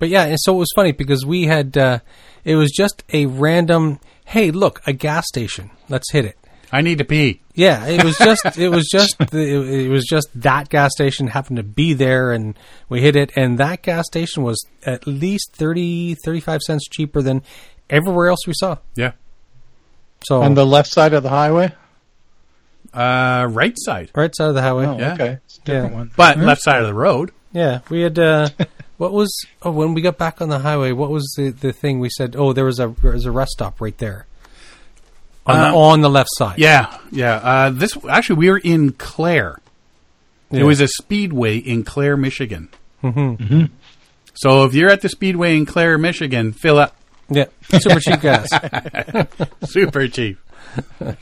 S2: But yeah, and so it was funny because we had uh, it was just a random. Hey, look, a gas station. Let's hit it.
S1: I need to pee.
S2: Yeah, it was just it was just the, it, it was just that gas station happened to be there and we hit it and that gas station was at least 30 35 cents cheaper than everywhere else we saw.
S1: Yeah.
S2: So
S3: On the left side of the highway?
S1: Uh, right side,
S2: right side of the highway.
S3: Oh,
S1: Yeah.
S3: okay. It's a different
S2: Yeah.
S3: one.
S1: but left side of the road.
S2: Yeah, we had uh, what was oh, when we got back on the highway, what was the, the thing we said, "Oh, there was a there was a rest stop right there." On,
S1: Uh,
S2: the, on the left side.
S1: Yeah, yeah. Uh, this actually, we were in Clare.
S2: Yeah.
S1: It was a speedway in Clare, Michigan. Mm-hmm. So if you're at the speedway in Clare, Michigan, fill up
S2: Yeah. Super cheap gas.
S1: super cheap.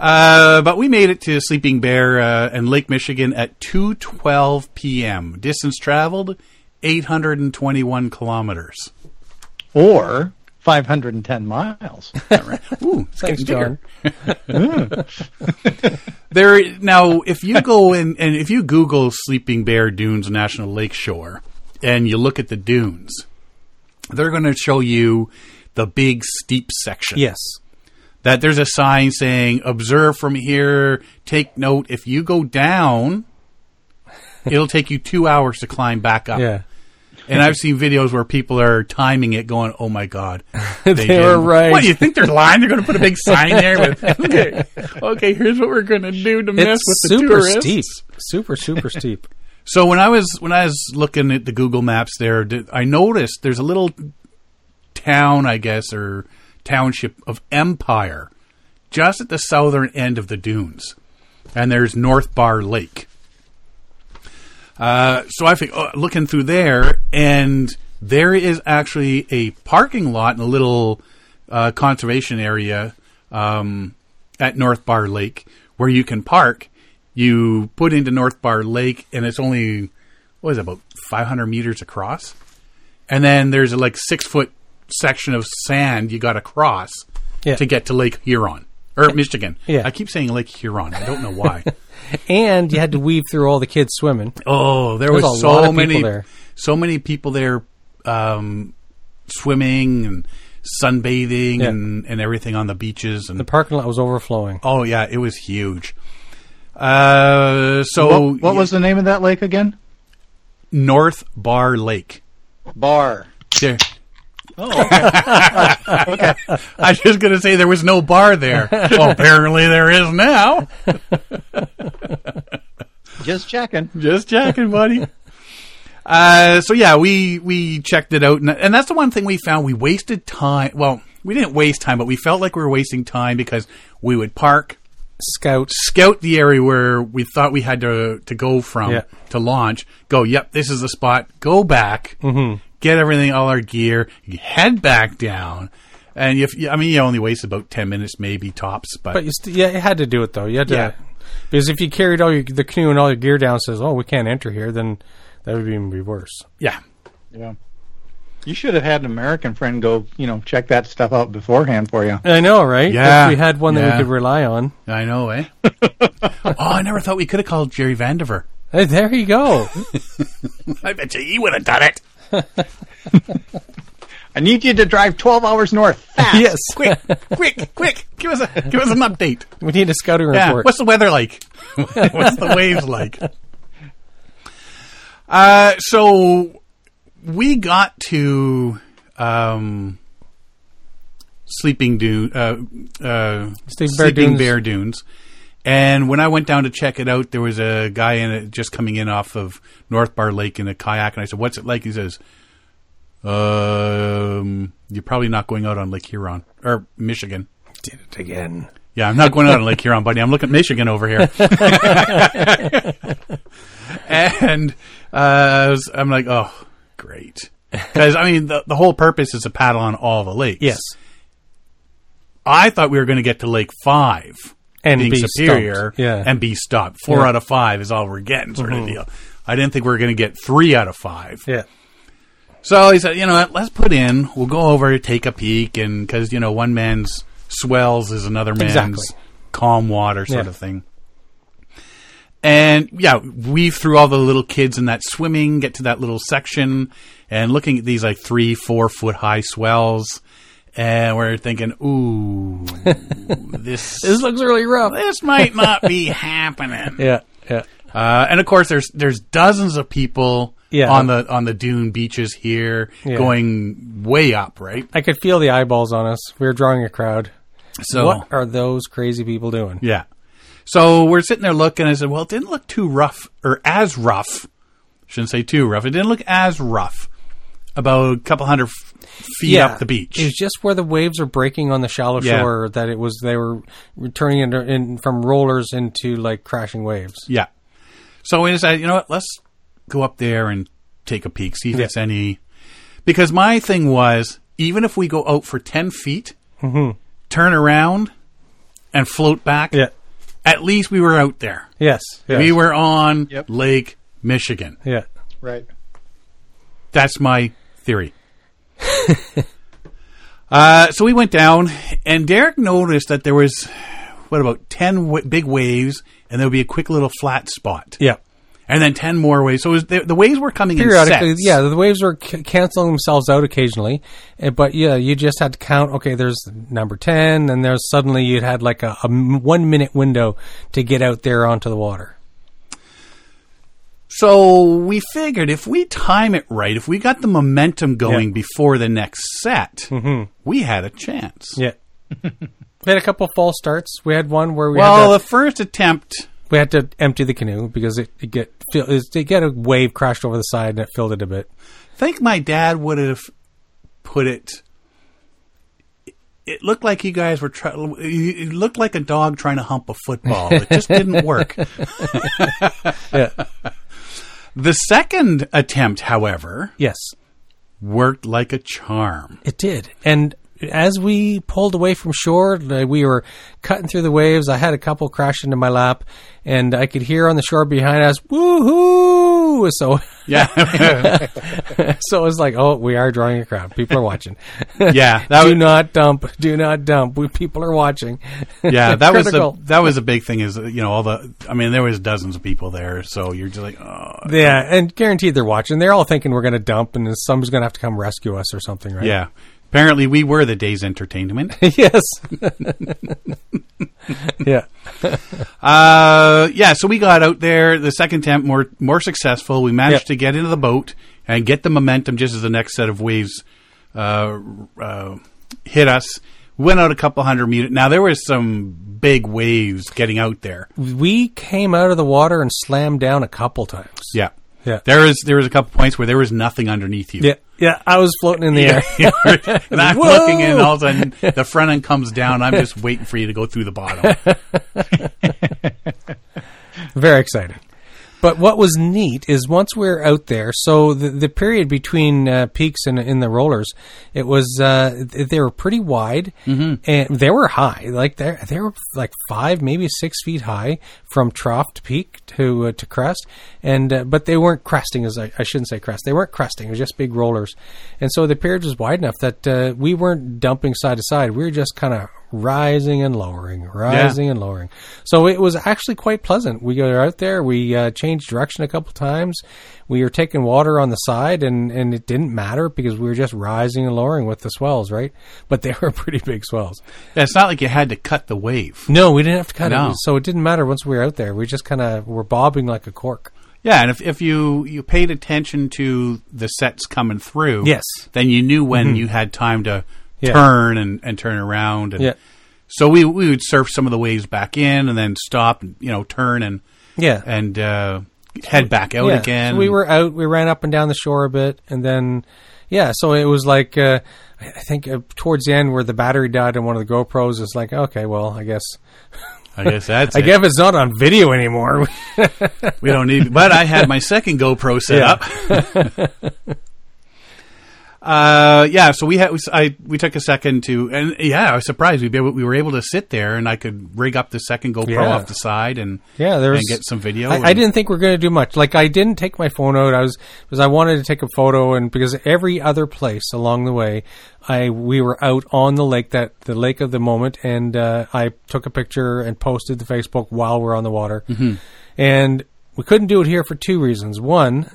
S1: Uh, but we made it to Sleeping Bear uh, and Lake Michigan at 2:12 p.m. Distance traveled 821 kilometers.
S3: Or 510 miles.
S1: Ooh, it's
S2: Thanks,
S1: getting bigger.
S2: John.
S1: There now, if you go in and if you Google Sleeping Bear Dunes National Lakeshore and you look at the dunes, they're going to show you the big steep section.
S2: Yes.
S1: That there's a sign saying "Observe from here." Take note. If you go down, it'll take you two hours to climb back up.
S2: Yeah.
S1: And I've seen videos where people are timing it, going, "Oh my god, they,
S2: were
S1: did.
S2: right.
S1: What do you think they're lying? They're going to put a big sign there with, okay, okay, here's what we're going to do to mess
S2: It's
S1: with the
S2: super
S1: tourists."
S2: steep. Super super steep.
S1: So when I was when I was looking at the Google Maps there, did- I noticed there's a little town, I guess, or township of Empire, just at the southern end of the dunes, and there's North Bar Lake. Uh, so I think oh, looking through there, and there is actually a parking lot and a little uh, conservation area um, at North Bar Lake where you can park. You put into North Bar Lake, and it's only what is it, about 500 meters across, and then there's a like six foot section of sand you got to cross
S2: Yeah.
S1: to get to Lake Huron or Michigan.
S2: Yeah.
S1: I keep saying Lake Huron. I don't know why.
S2: And you had to weave through all the kids swimming.
S1: Oh, there
S2: There's
S1: was
S2: a
S1: so
S2: lot of people
S1: many
S2: there.
S1: so many people there um, swimming and sunbathing
S2: Yeah.
S1: and, and everything on the beaches and
S2: The parking lot was overflowing.
S1: oh yeah, it was huge. Uh, so
S3: what what was the name of that lake again?
S1: North Bar Lake?
S3: Bar.
S1: There.
S3: Oh,
S1: I was just gonna say there was no bar there. well, apparently there is now.
S3: Just checking.
S1: Just checking, buddy. Uh, so yeah, we we checked it out, and, and that's the one thing we found. We wasted time. Well, we didn't waste time, but we felt like we were wasting time because we would park,
S2: Scout.
S1: scout the area where we thought we had to to go from
S2: Yeah.
S1: to launch. Go, yep, this is the spot. Go back,
S2: Mm-hmm.
S1: get everything, all our gear, head back down, and if I mean, you only waste about ten minutes, maybe tops,
S2: But you, st- yeah, you had to do it though. You had to,
S1: Yeah.
S2: because if you carried all your, the canoe and all your gear down, says, "Oh, we can't enter here," then that would even be worse.
S1: yeah,
S3: Yeah. You should have had an American friend go, you know, check that stuff out beforehand for you.
S2: I know, right?
S1: Yeah.
S2: If we had one that
S1: Yeah.
S2: we could rely on.
S1: I know, eh? oh, I never thought we could have called Jerry Vandiver.
S2: Hey, there you go.
S1: I bet you he would have done it.
S3: I need you to drive 12 hours north fast.
S2: yes.
S1: Quick, quick, quick! Give us a give us an update.
S2: We need a scouting
S1: Yeah,
S2: report.
S1: what's the weather like? what's the waves like? Uh, so we got to um, Sleeping Dune, uh, uh,
S2: Sleeping Bear
S1: Sleeping
S2: Dunes.
S1: Bear Dunes, and when I went down to check it out, there was a guy in it just coming in off of North Bar Lake in a kayak, and I said, "What's it like?" He says. Um, you're probably not going out on Lake Huron or Michigan.
S2: Did it again.
S1: Yeah, I'm not going out on Lake Huron, buddy. I'm looking at Michigan over here. and uh, I was- I'm like, oh, great. Because, I mean, the, the whole purpose is to paddle on all the lakes.
S2: Yes.
S1: I thought we were going to get to Lake 5
S2: And
S1: being
S2: be
S1: superior
S2: stumped. Yeah.
S1: and be stopped. Four
S2: Yeah. Mm-hmm.
S1: out of five is all we're getting, sort of deal. I didn't think we were going to get three out of five.
S2: Yeah.
S1: So he said, you know what, let's put in, we'll go over, take a peek, and because, you know, one man's swells is another man's
S2: Exactly.
S1: calm water sort
S2: Yeah.
S1: of thing. And yeah, weave through all the little kids in that swimming, get to that little section, and looking at these like three, four foot high swells, and we're thinking, ooh, this,
S2: This looks really rough.
S1: this might not be happening.
S2: Yeah. Yeah.
S1: Uh, and of course, there's there's dozens of people
S2: Yeah.
S1: on the on the dune beaches here,
S2: Yeah.
S1: going way up, right?
S2: I could feel the eyeballs on us. We were drawing a crowd.
S1: So
S2: What are those crazy people doing?
S1: yeah, so we're sitting there looking. I said, well, it didn't look too rough or as rough. Shouldn't say too rough. It didn't look as rough. About a couple hundred f- feet up the beach.
S2: It was just where the waves were breaking on the shallow
S1: Yeah.
S2: shore that it was. They were turning in, in from rollers into like crashing waves.
S1: Yeah. So we decided, you know what, let's go up there and take a peek, see if it's any. Because my thing was, even if we go out for 10 feet, turn around and float back, at least we were out there.
S2: Yes. yes.
S1: We were on
S3: Yep.
S1: Lake Michigan.
S2: Yeah.
S3: Right.
S1: That's my theory. uh, so we went down, and Derek noticed that there was, what, about 10 w- big waves, and there would be a quick little flat spot.
S2: Yeah.
S1: and then 10 more waves. So it was, the, the waves were coming
S2: Periodically,
S1: in sets.
S2: yeah, the waves were c- canceling themselves out occasionally, eh, but yeah, you just had to count. Okay, there's number ten, and there's suddenly you'd had like a, a m- one minute window to get out there onto the water.
S1: So we figured if we time it right, if we got the momentum going
S2: Yeah. Mm-hmm.
S1: before the next set, we had a chance.
S2: Yeah, we had a couple false starts. We had one where we had
S1: Well,
S2: to-
S1: the first attempt,
S2: we had to empty the canoe because it, it get fill, is it get a wave crashed over the side and it filled it a bit.
S1: think my dad would have put it. It looked like you guys were trying. It looked like a dog trying to hump a football. It just didn't work. The second attempt, however,
S2: Yes,
S1: worked like a charm.
S2: it did. And as we pulled away from shore, like, we were cutting through the waves. I had a couple crash into my lap, and I could hear on the shore behind us, "Woohoo!" So,
S1: Yeah,
S2: so it was like, "Oh, we are drawing a crowd. People are watching.
S1: yeah. That
S2: do
S1: was
S2: not dump. Do not dump. We, people are watching."
S1: yeah. That was a,
S2: Critical.
S1: that was a big thing. Is you know all the. I mean, there was dozens of people there, so you're just like, oh,
S2: Yeah, and guaranteed they're watching. They're all thinking we're going to dump, and then someone's going to have to come rescue us or something, right?
S1: yeah. Apparently, we were the day's entertainment.
S2: yes. yeah.
S1: Uh, yeah, so we got out there. The second attempt more more successful. We managed
S2: Yep.
S1: to get into the boat and get the momentum just as the next set of waves uh, uh, hit us. Went out a couple hundred meters. Now there was some big waves getting out there.
S2: Mm. We came out of the water and slammed down a couple times.
S1: Yeah,
S2: Yeah.
S1: There was there was a couple points where there was nothing underneath you.
S2: Yeah. Yeah. I was floating in the air.
S1: and I'm
S2: Whoa!
S1: looking in, all of a sudden the front end comes down. I'm just waiting for you to go through the bottom.
S2: Very exciting. But what was neat is once we are out there, so the, the period between uh, peaks and in the rollers, it was uh, th- they were pretty wide and they were high, like they they were like five, maybe six feet high from trough to peak to uh, to crest, and uh, but they weren't cresting as I, I shouldn't say crest, they weren't cresting, it was just big rollers, and so the period was wide enough that uh, we weren't dumping side to side, we were just kind of rising and lowering, rising and lowering. So it was actually quite pleasant. We got out there, we uh, changed direction a couple times. We were taking water on the side, and, and it didn't matter because we were just rising and lowering with the swells, right? But they were pretty big swells.
S1: it's not like you had to cut the wave.
S2: No, we didn't have to cut
S1: No.
S2: it. So it didn't matter once we were out there. We just kind of were bobbing like a cork.
S1: Yeah, and if, if you you paid attention to the sets coming through,
S2: Yes. Mm-hmm.
S1: then you knew when you had time to
S2: Yeah.
S1: turn and, and turn around. And
S2: Yeah.
S1: So we we would surf some of the waves back in and then stop, and, you know, turn and
S2: Yeah.
S1: and uh, head back out
S2: yeah.
S1: again.
S2: So we were out. We ran up and down the shore a bit, and then yeah. So it was like uh, I I think uh, towards the end where the battery died in one of the GoPros. It's like okay, well, I guess
S1: I guess that's
S2: I
S1: it.
S2: guess it's not on video anymore.
S1: we don't need. But I had my second GoPro set
S2: Yeah.
S1: up. Uh yeah, so we had we, s- I we took a second to and yeah I was surprised we we were able to sit there and I could rig up the second GoPro
S2: Yeah.
S1: off the side and
S2: yeah, there's
S1: and get some video.
S2: I, I
S1: and-
S2: didn't think we are going to do much. Like I didn't take my phone out. I was because I wanted to take a photo, and because every other place along the way, I we were out on the lake that the lake of the moment, and uh, I took a picture and posted to Facebook while we're on the water.
S1: Mm-hmm.
S2: And we couldn't do it here for two reasons. One,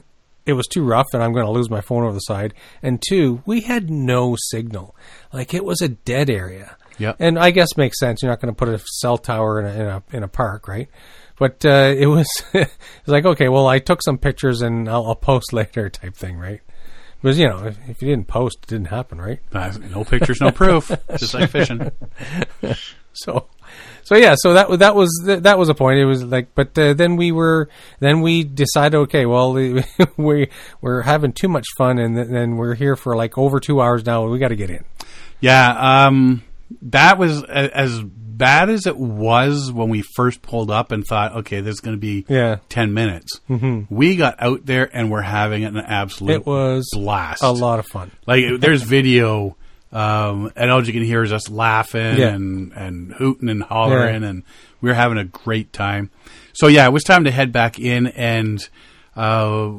S2: it was too rough, and I'm going to lose my phone over the side. And two, we had no signal. Like it was a dead area.
S1: Yep.
S2: And I guess makes sense. You're not going to put a cell tower in a in a, in a park, right? But uh, it was it was like okay, well, I took some pictures and I'll, I'll post later, type thing, right? Because you know, if, if you didn't post, it didn't happen, right?
S1: Uh, no pictures, no proof. Just like fishing.
S2: So, so yeah, so that wa- that was that was a point. It was like, but uh, then we were then we decided, okay, well, we we're having too much fun, and th- then we're here for like over two hours now. We got to get in.
S1: Yeah, um, that was a- as bad as it was when we first pulled up and thought, okay, this is going to be
S2: Yeah.
S1: ten minutes. Mm-hmm. We got out there and we're having an absolute
S2: It was
S1: blast.
S2: a lot of fun.
S1: Like it- there's video, um, and all you can hear is us laughing
S2: Yeah.
S1: and and hooting and hollering, and we were having a great time. So yeah, it was time to head back in, and uh,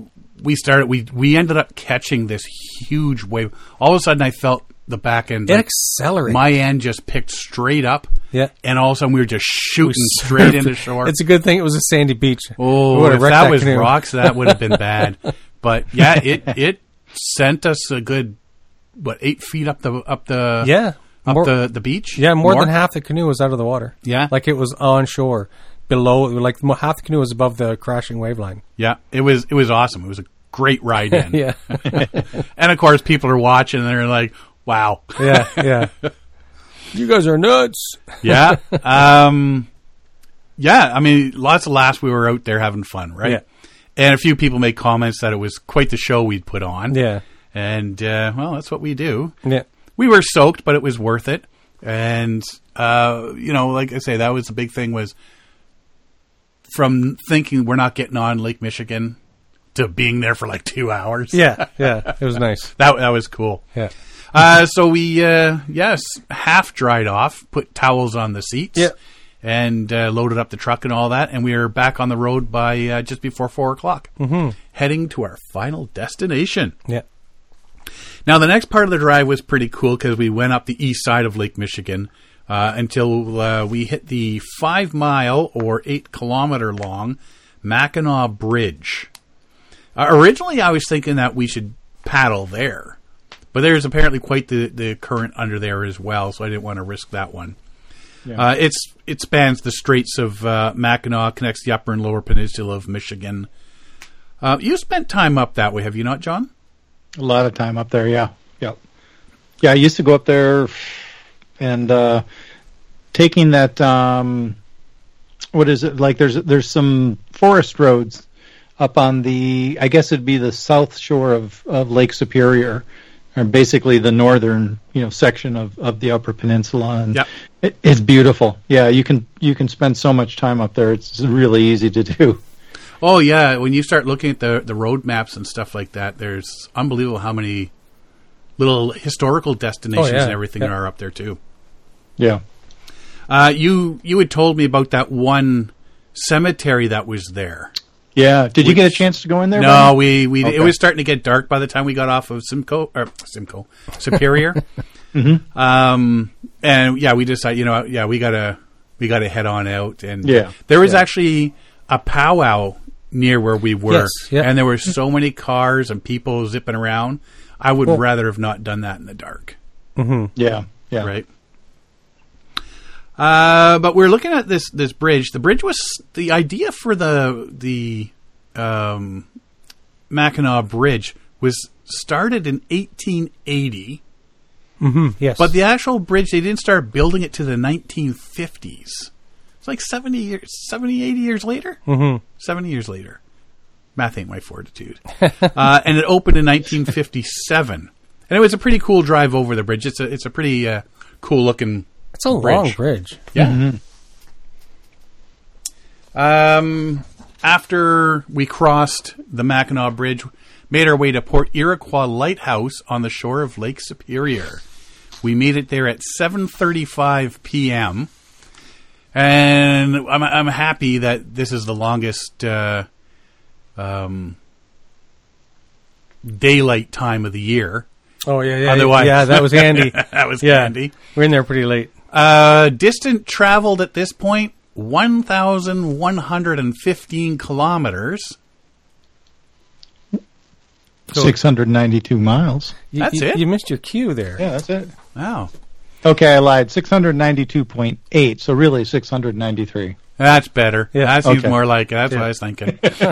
S1: we started. We we ended up catching this huge wave. All of a sudden, I felt the back end.
S2: It
S1: like,
S2: accelerated.
S1: my end just picked straight up,
S2: yeah.
S1: and all of a sudden we were just shooting straight into shore.
S2: It's a good thing it was a sandy beach. We
S1: oh,
S2: would've
S1: if
S2: wrecked
S1: that was
S2: canoe.
S1: rocks, that would have been bad. But yeah, it it sent us a good what eight feet up the up the
S2: Yeah,
S1: up
S2: more,
S1: the the beach.
S2: yeah, more, than half the canoe was out of the water.
S1: Yeah.
S2: like it was on shore, below, like mo- half the canoe was above the crashing wave line.
S1: Yeah, it was it was awesome. It was a great ride in.
S2: Yeah,
S1: and of course people are watching. and They're like, wow,
S2: yeah, yeah. you guys are nuts.
S1: yeah, um, yeah. I mean, lots of laughs. We were out there having fun, right?
S2: Yeah.
S1: And a few people made comments that it was quite the show we'd put on.
S2: Yeah.
S1: And, uh, well, that's what we do.
S2: Yeah.
S1: We were soaked, but it was worth it. And, uh, you know, like I say, that was the big thing was from thinking we're not getting on Lake Michigan to being there for like two hours.
S2: Yeah. Yeah. It was nice.
S1: That, that was cool.
S2: Yeah.
S1: Uh, so we, uh, yes, half dried off, put towels on the seats,
S2: Yeah.
S1: and uh, loaded up the truck and all that. And we are back on the road by uh, just before four o'clock, mm-hmm. heading to our final destination.
S2: Yeah.
S1: Now, the next part of the drive was pretty cool because we went up the east side of Lake Michigan uh, until uh, we hit the five mile or eight kilometer long Mackinac Bridge. Uh, originally, I was thinking that we should paddle there, but there's apparently quite the, the current under there as well, so I didn't want to risk that one. Uh, it's it spans the Straits of uh, Mackinac, connects the Upper and Lower Peninsula of Michigan. Uh, you spent time up that way, have you not, John?
S3: A lot of time up there, yeah. Yep. Yeah, I used to go up there and uh taking that um what is it like there's there's some forest roads up on the I guess it'd be the south shore of, of Lake Superior or basically the northern, you know, section of, of the upper peninsula and
S1: Yep.
S3: it, it's beautiful. Yeah, you can you can spend so much time up there. It's really easy to do.
S1: Oh yeah, when you start looking at the the road maps and stuff like that, there's unbelievable how many little historical destinations
S2: Oh, yeah.
S1: and everything
S2: Yeah.
S1: are up there too.
S3: Yeah.
S1: Uh, you you had told me about that one cemetery that was there.
S3: Yeah. Did you get a
S1: Which-
S3: chance to go in there? Brian?
S1: No, we, we
S3: Okay.
S1: it was starting to get dark by the time we got off of Simcoe or Simcoe Superior. Um, and yeah, we decided, you know, yeah, we gotta we gotta head on out. And
S3: Yeah.
S1: there was
S3: Yeah.
S1: actually a powwow near where we were,
S2: Yes, yeah.
S1: and there were so many cars and people zipping around. I would rather have not done that in the dark
S3: Yeah. Yeah.
S1: right? Uh, but we're looking at this this bridge. The bridge was the idea for the the um, Mackinac Bridge was started in 1880,
S2: Yes.
S1: but the actual bridge they didn't start building it to the 1950s. It's like 70 years, 70, 80 years later. Mm-hmm. 70 years later. Math ain't my fortitude. uh, and it opened in 1957, and it was a pretty cool drive over the bridge. It's a it's a pretty uh, cool looking
S2: it's a long bridge.
S1: yeah.
S2: Mm-hmm.
S1: Um, after we crossed the Mackinac Bridge, made our way to Port Iroquois Lighthouse on the shore of Lake Superior. We made it there at 7:35 p.m. And I'm, I'm happy that this is the longest uh, um, daylight time of the year.
S2: Oh yeah. Yeah.
S1: Otherwise-
S2: Yeah. That was handy.
S1: That was
S2: yeah.
S1: handy.
S2: We're in there pretty late.
S1: Uh, distant traveled at this point 1,115 kilometers.
S3: 692 miles.
S2: You,
S1: That's
S2: you-
S1: it?
S2: You missed your cue there.
S3: Yeah, that's it.
S1: Wow,
S3: Okay, I lied. 692.8, so really 693.
S1: that's better.
S2: Yeah,
S1: that seems
S3: okay.
S1: more like it. That's what I was thinking. it's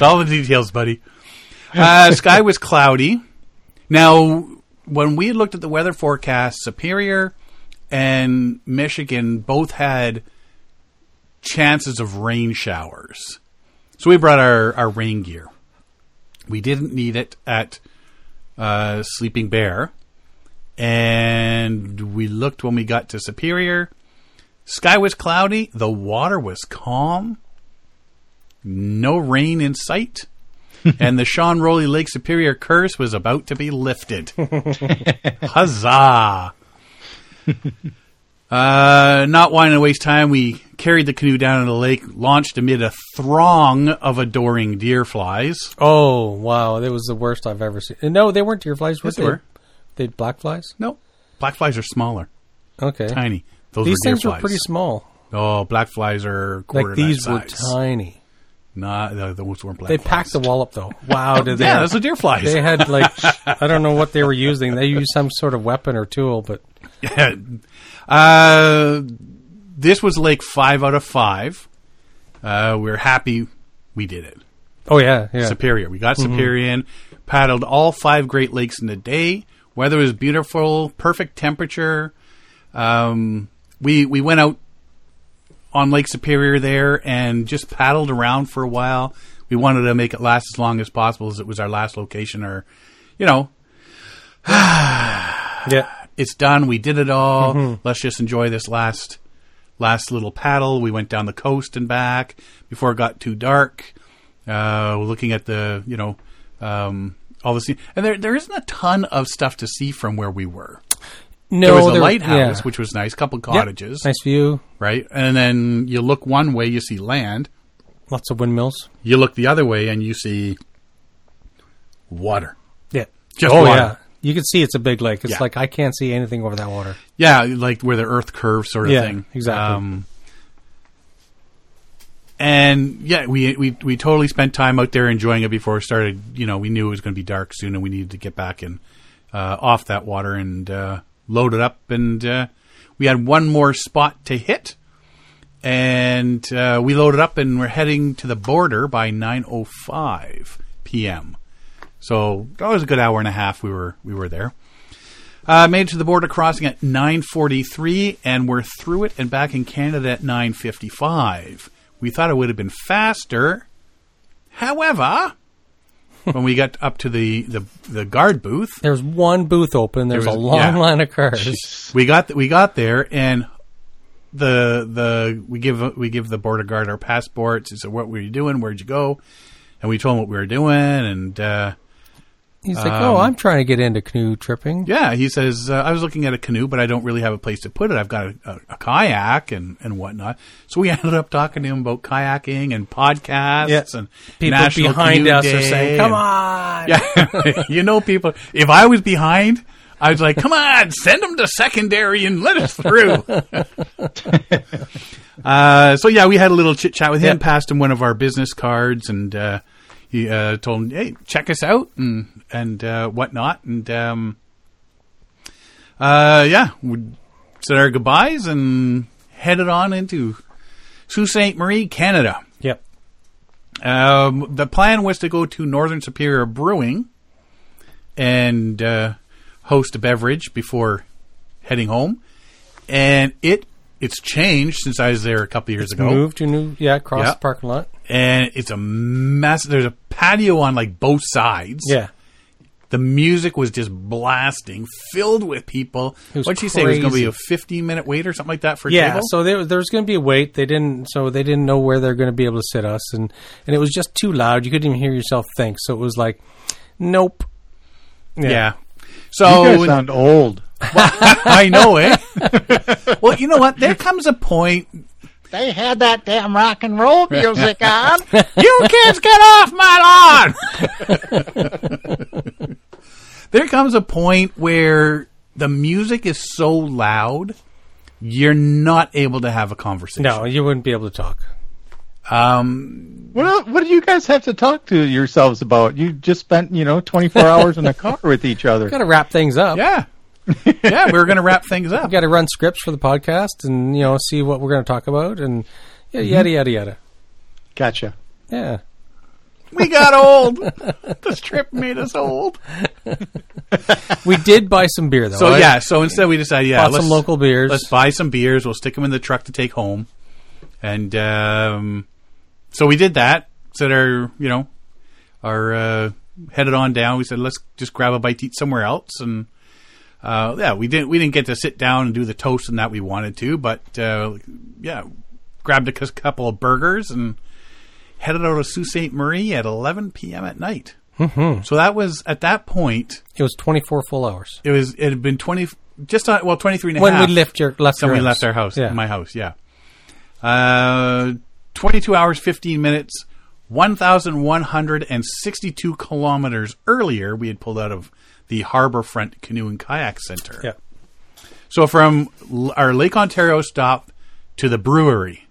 S1: all the details, buddy. Uh, sky was cloudy. Now, when we had looked at the weather forecast, Superior and Michigan both had chances of rain showers. So we brought our, our rain gear. We didn't need it at uh, Sleeping Bear. And we looked when we got to Superior. Sky was cloudy. The water was calm. No rain in sight. and the Sean Rowley Lake Superior curse was about to be lifted. Huzzah! Uh, not wanting to waste time, we carried the canoe down into the lake, launched amid a throng of adoring deer flies.
S2: Oh wow, that was the worst I've ever seen. And No, they weren't deer flies. Were
S1: Yes, they were.
S2: They black flies.
S1: No, black flies are smaller,
S2: Okay.
S1: tiny. Those
S2: These
S1: were deer
S2: things
S1: flies.
S2: were pretty small.
S1: oh, black flies are quarter
S2: Like these
S1: that
S2: were
S1: size.
S2: tiny.
S1: Nah, no, those weren't black.
S2: They
S1: flies.
S2: packed the wall up though. Wow, did they?
S1: Yeah, those are deer flies.
S2: They had like I don't know what they were using. They used some sort of weapon or tool, but
S1: uh, this was like five out of five. Uh, we're happy we did it.
S2: oh yeah, yeah.
S1: Superior. We got Superior in, paddled all five Great Lakes in a day. Weather was beautiful, perfect temperature. Um, we we went out on Lake Superior there and just paddled around for a while. We wanted to make it last as long as possible as it was our last location or, you know,
S2: Yeah.
S1: it's done. We did it all.
S2: Mm-hmm.
S1: Let's just enjoy this last last little paddle. We went down the coast and back before it got too dark. Uh, we're looking at the you know um, all the sea, and there there isn't a ton of stuff to see from where we were.
S2: No,
S1: There was a
S2: there-
S1: lighthouse,
S2: yeah.
S1: which was nice, couple
S2: Yep.
S1: cottages,
S2: Nice view.
S1: right? And then you look one way, you see land.
S2: Lots of windmills.
S1: You look the other way, and you see water.
S2: Yeah.
S1: Just
S2: Oh,
S1: water.
S2: yeah. You can see it's a big lake. It's
S1: Yeah.
S2: like I can't see anything over that water.
S1: Yeah, like where the Earth curves, sort of
S2: Yeah,
S1: thing.
S2: exactly.
S1: Um, and yeah, we, we we totally spent time out there enjoying it before it started. You know, we knew it was going to be dark soon, and we needed to get back and uh, off that water and uh, load it up. And uh, we had one more spot to hit, and uh, we loaded up and we're heading to the border by nine oh five p.m. So that was a good hour and a half. We were we were there. Uh, made it to the border crossing at 9:43, and we're through it and back in Canada at 9:55. We thought it would have been faster. However, when we got up to the the, the guard booth,
S2: There's one booth open. There's
S1: There
S2: a
S1: was-
S2: long
S1: yeah.
S2: line of cars.
S1: we got we got there and the the we give we give the border guard our passports. He said, "What were you doing? Where'd you go?" And we told him what we were doing, and uh,
S2: He's like, oh, I'm trying to get into canoe tripping.
S1: Um, Yeah, he says, uh, I was looking at a canoe, but I don't really have a place to put it. I've got a, a, a kayak and, and whatnot. So we ended up talking to him about kayaking and podcasts
S2: Yeah.
S1: and
S2: People
S1: National
S2: behind
S1: Canoe
S2: us are
S1: Day
S2: saying, come
S1: and-
S2: on.
S1: yeah, you know, people. If I was behind, I was like, "Come on, send them to secondary and let us through." uh, so yeah, we had a little chit chat with him.
S2: Yeah.
S1: Passed him one of our business cards, and uh, he uh, told him, "Hey, check us out and and uh, whatnot." And um, uh, yeah, we said our goodbyes and headed on into Sault Ste. Marie, Canada.
S2: Yep.
S1: Um, the plan was to go to Northern Superior Brewing and uh, host a beverage before heading home, and it it's changed since I was there a couple years ago,
S2: Move to new, yeah, across
S1: Oh. Yeah.
S2: the parking lot.
S1: and it's a mess. There's a patio on like both sides.
S2: Yeah.
S1: the music was just blasting, filled with people.
S2: It was
S1: What'd she say? It was going to be
S2: crazy.
S1: a 15 minute wait or something like that for a
S2: Yeah,
S1: table.
S2: so there, there was going to be a wait. They didn't, so they didn't know where they're going to be able to sit us, and and it was just too loud. You couldn't even hear yourself think. So it was like, nope.
S1: yeah.
S3: You
S1: So
S3: guys sound old.
S1: I know, eh? well, you know what? There comes a point
S3: They had that damn rock and roll music on.
S1: You kids get off my lawn! there comes a point where the music is so loud, you're not able to have a conversation. Um,
S2: No, you wouldn't be able to talk.
S3: What el- what do you guys have to talk to yourselves about? You just spent you know 24 hours in a car with each other.
S2: Got to wrap things up.
S1: Yeah. yeah, we were going to wrap things up.
S2: Got to run scripts for the podcast, and you know, see what we're going to talk about, and yeah,
S1: Mm-hmm.
S2: yada yada yada.
S3: Gotcha.
S2: Yeah.
S1: We got old. This trip made us old.
S2: We did buy some beer though.
S1: So,
S2: I
S1: yeah, so instead we decided, yeah,
S2: bought
S1: let's,
S2: some local beers.
S1: let's buy some beers. We'll stick them in the truck to take home. And um, so we did that. Said our, you know, our uh, headed on down. We said let's just grab a bite to eat somewhere else. And uh, yeah, we didn't we didn't get to sit down and do the toast and that we wanted to, but uh, yeah, grabbed a cous- couple of burgers and headed out of Sault Ste. Marie at 11 p.m. at night. Mm-hmm. So that was at that point.
S2: it was twenty four full hours
S1: It was it had been 20 just on, well 23 and a
S2: when
S1: half
S2: we left your left.
S1: when
S2: your
S1: we left our house,
S2: Yeah.
S1: my house, yeah. Uh, 22 hours, 15 minutes, 1,162 kilometers earlier, we had pulled out of the Harborfront Canoe and Kayak Center.
S2: Yeah.
S1: So from l- our Lake Ontario stop to the brewery,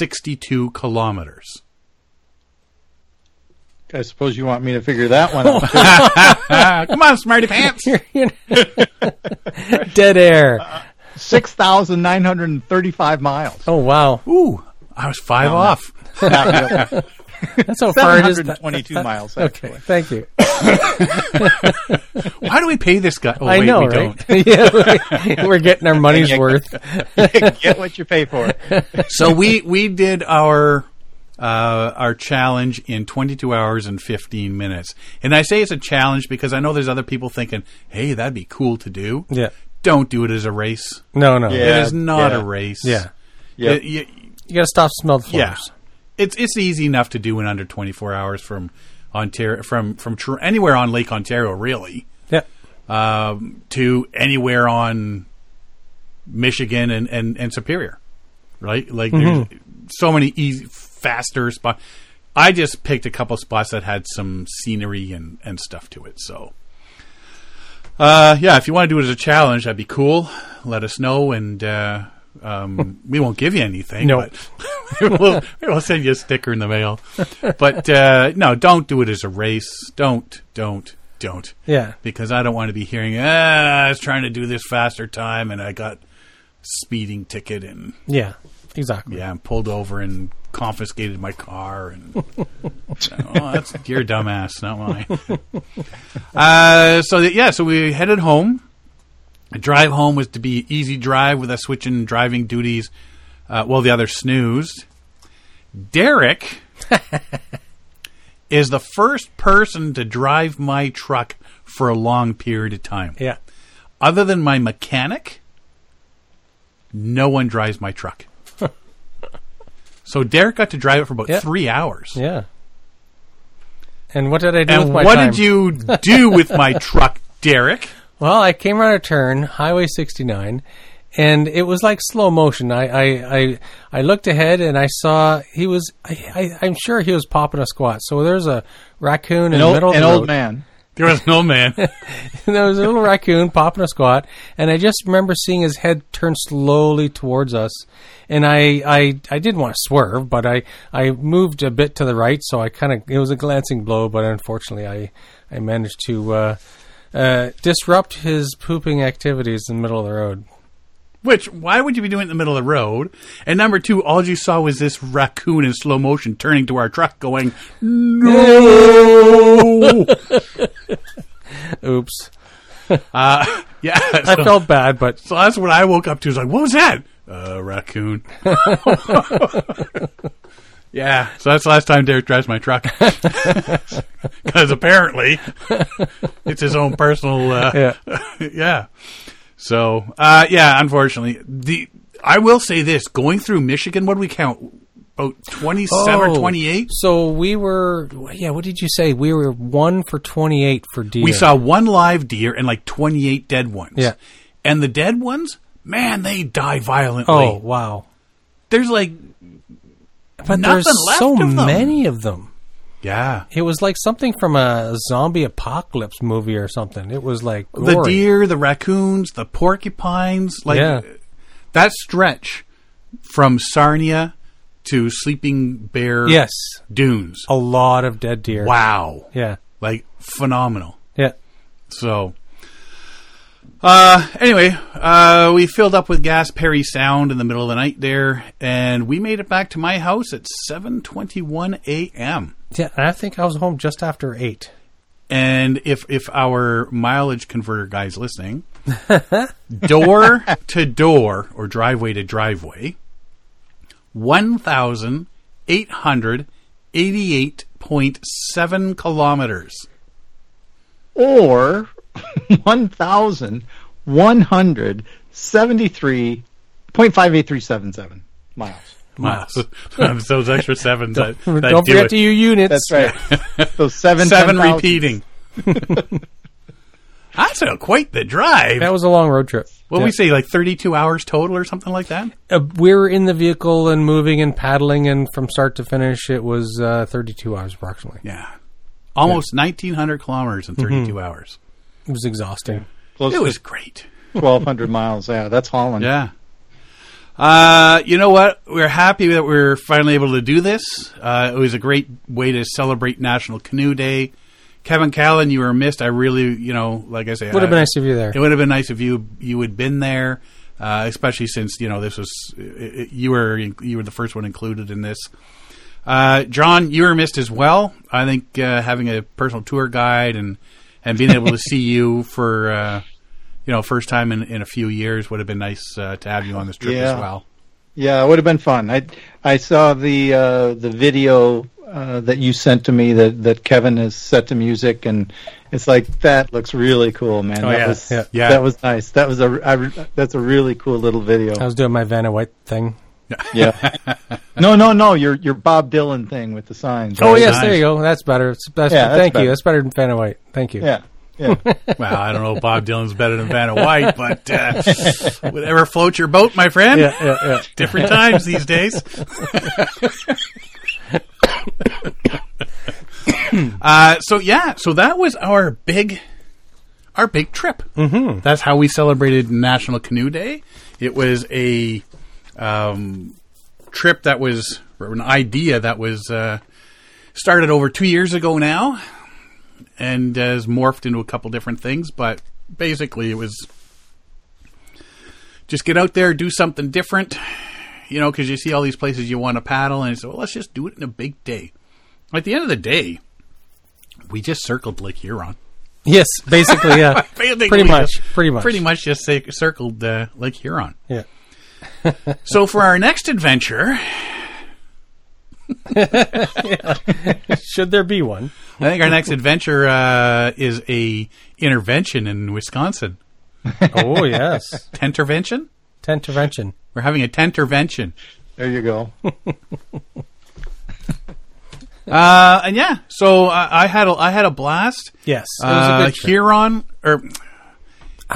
S1: 1,162 kilometers.
S3: I suppose you want me to figure that one out.
S1: Ah, come on, smarty pants.
S2: Dead
S1: Uh,
S2: air.
S3: Six thousand nine hundred and thirty-five miles.
S2: Oh wow.
S1: Ooh, I was five off.
S3: Not really.
S2: That's how far it is. That-
S3: 722 miles.
S2: okay,
S3: actually.
S2: thank you.
S1: Oh, Why do we pay this guy? Oh,
S2: I
S1: wait,
S2: know,
S1: we
S2: right?
S1: don't.
S2: yeah, we're getting our money's worth.
S3: Get what you pay for.
S1: So we we did our uh, our challenge in 22 hours and 15 minutes. And I say it's a challenge because I know there's other people thinking, "Hey, that'd be cool to do."
S2: Yeah.
S1: Don't do it as a race.
S2: No, no.
S3: Yeah.
S1: it is not
S3: yeah.
S1: a race.
S2: Yeah.
S3: Yeah.
S1: It- you-
S2: You got to stop smell the
S1: yeah.
S2: flowers.
S1: It's it's easy enough to do in under 24 hours from Ontario from from Tor- anywhere on Lake Ontario, really,
S2: Yeah.
S1: um, to anywhere on Michigan and and, and Superior, right? Like there's so many easy, faster spots. I just picked a couple spots that had some scenery and and stuff to it, so. Uh, yeah, if you want to do it as a challenge, that'd be cool. Let us know, and uh, um, we won't give you anything.
S2: No.
S1: but we'll, we'll send you a sticker in the mail. But uh, no, don't do it as a race. Don't, don't, don't.
S2: Yeah.
S1: Because I don't want to be hearing, ah, I was trying to do this faster time, and I got speeding ticket, and
S2: Yeah. Exactly.
S1: yeah, I'm pulled over and confiscated my car, and oh, that's your dumbass, not mine. uh, so that, yeah, so we headed home. The drive home was to be easy drive with us switching driving duties. Uh, well, the other snoozed. Derek is the first person to drive my truck for a long period of time.
S2: Yeah.
S1: Other than my mechanic, no one drives my truck. so Derek got to drive it for about
S2: Yeah.
S1: three hours.
S2: Yeah. And what did I do with
S1: And
S2: my
S1: what
S2: time?
S1: did you do with my truck, Derek?
S2: Well, I came around a turn, Highway 69, and it was like slow motion. I I, I, I looked ahead and I saw he was. I, I, I'm sure he was popping a squat. So there's a raccoon in
S3: An
S2: the
S3: old,
S2: middle of
S3: an
S2: the
S3: old
S2: road.
S3: man.
S1: There was no man.
S2: And there was a little raccoon popping a squat, and I just remember seeing his head turn slowly towards us. And I, I, I didn't want to swerve, but I, I moved a bit to the right, so I kind of it was a glancing blow, but unfortunately, I, I managed to uh, uh, disrupt his pooping activities in the middle of the road.
S1: Which, why would you be doing it in the middle of the road? And number two, all you saw was this raccoon in slow motion turning to our truck going, No!
S2: Oops,
S1: Uh, yeah.
S2: I
S1: So,
S2: felt bad, but
S1: so that's what I woke up to. Is like, what was that? Uh, raccoon. yeah. So that's the last time Derek drives my truck. Because apparently it's his own personal. Uh,
S2: yeah,
S1: yeah. So uh, yeah, unfortunately, the I will say this: going through Michigan, what do we count? About twenty-seven
S2: Oh,
S1: or twenty-eight.
S2: So we were, yeah. What did you say? We were one for twenty-eight for deer.
S1: We saw one live deer and like twenty-eight dead ones.
S2: Yeah.
S1: and the dead ones, man, they die violently.
S2: Oh wow!
S1: There's like
S2: But
S1: nothing
S2: there's
S1: left
S2: so
S1: of them.
S2: many of them.
S1: yeah.
S2: It was like something from a zombie apocalypse movie or something. It was like gory.
S1: The deer, the raccoons, the porcupines, like
S2: Yeah.
S1: that stretch from Sarnia to Sleeping Bear
S2: Yes,
S1: Dunes.
S2: a lot of dead deer.
S1: Wow,
S2: Yeah,
S1: like phenomenal.
S2: yeah,
S1: So, uh, anyway, uh, we filled up with gas Perry Sound in the middle of the night there, and we made it back to my house at 7:21 a.m.
S2: yeah. And I think I was home just after eight.
S1: And if if our mileage converter guy's listening, door to door or driveway to driveway, 1,888.7 kilometers.
S3: Or 1,173.58377 miles.
S1: Miles. Those extra sevens. that, that
S2: Don't
S1: do
S2: forget
S1: it.
S2: to your units.
S3: That's right. so seven,
S1: seven
S3: 10,000.
S1: repeating. That's a, quite the drive.
S2: That was a long road trip.
S1: what
S2: Yeah.
S1: we say, like thirty-two hours total or something like that.
S2: Uh, we were in the vehicle and moving and paddling, and from start to finish, it was uh, thirty-two hours approximately.
S1: Yeah, almost nineteen hundred kilometers
S2: Mm-hmm.
S1: in 32 hours.
S2: It was exhausting.
S3: Close
S1: It was
S3: to
S1: great.
S3: 1,200 miles. Yeah, that's Holland.
S1: Yeah. Uh, you know what? We're happy that we're finally able to do this. Uh, it was a great way to celebrate National Canoe Day. Kevin Callan, you were missed. I really, you know, like I say,
S2: Would have
S1: I-
S2: been nice if you were there.
S1: Uh, It would have been nice if you you had been there, uh, especially since you know this was i i you were you were the first one included in this. Uh, John, you were missed as well. I think uh, having a personal tour guide and and being able to see you for uh, you know first time in, in a few years would have been nice uh, to have you on this trip as
S3: Yeah.
S1: well.
S3: Yeah, it would have been fun. I I saw the uh, the video uh, that you sent to me that, that Kevin has set to music, and it's like that looks really cool, man.
S1: Oh,
S3: that
S1: yeah,
S3: was,
S2: yeah.
S1: Yeah.
S3: that was nice. That was a I, that's a really cool little video.
S2: I was doing my Vanna White thing.
S3: Yeah. no, no, no. Your your Bob Dylan thing with the signs.
S2: Oh
S1: Very
S3: right?
S2: yes,
S1: nice.
S2: there you go. That's better. It's- that's-
S3: Yeah, that's
S2: thank
S3: better.
S2: you. That's better than Vanna White. Thank you.
S3: yeah, yeah.
S1: Well, I don't know if Bob Dylan's better than Vanna White, but uh, whatever floats your boat, my friend.
S2: yeah, yeah. yeah.
S1: Different times these days. uh, so yeah, so that was our big, our big trip. Mm-hmm. That's how we celebrated National Canoe Day. It was a um, trip that was or an idea that was uh, started over two years ago now, and has morphed into a couple different things. But basically, it was just get out there, do something different, you know, because you see all these places you want to paddle, and it's well, let's just do it in a big day. At the end of the day, we just circled Lake Huron.
S2: Yes, basically, yeah.
S1: Basically,
S2: Pretty
S1: we
S2: much,
S1: just-
S2: pretty much.
S1: pretty much just say, circled uh, Lake Huron.
S2: Yeah.
S1: So for our next adventure,
S2: Should there be one?
S1: I think our next adventure uh, is a intervention in Wisconsin.
S2: Oh yes,
S1: Tentervention?
S2: intervention.
S1: We're having a tentervention.
S3: There you go.
S1: Uh, and yeah, so I, I had a, I had a blast.
S2: Yes, it was a
S1: Uh,
S2: good trip.
S1: Huron or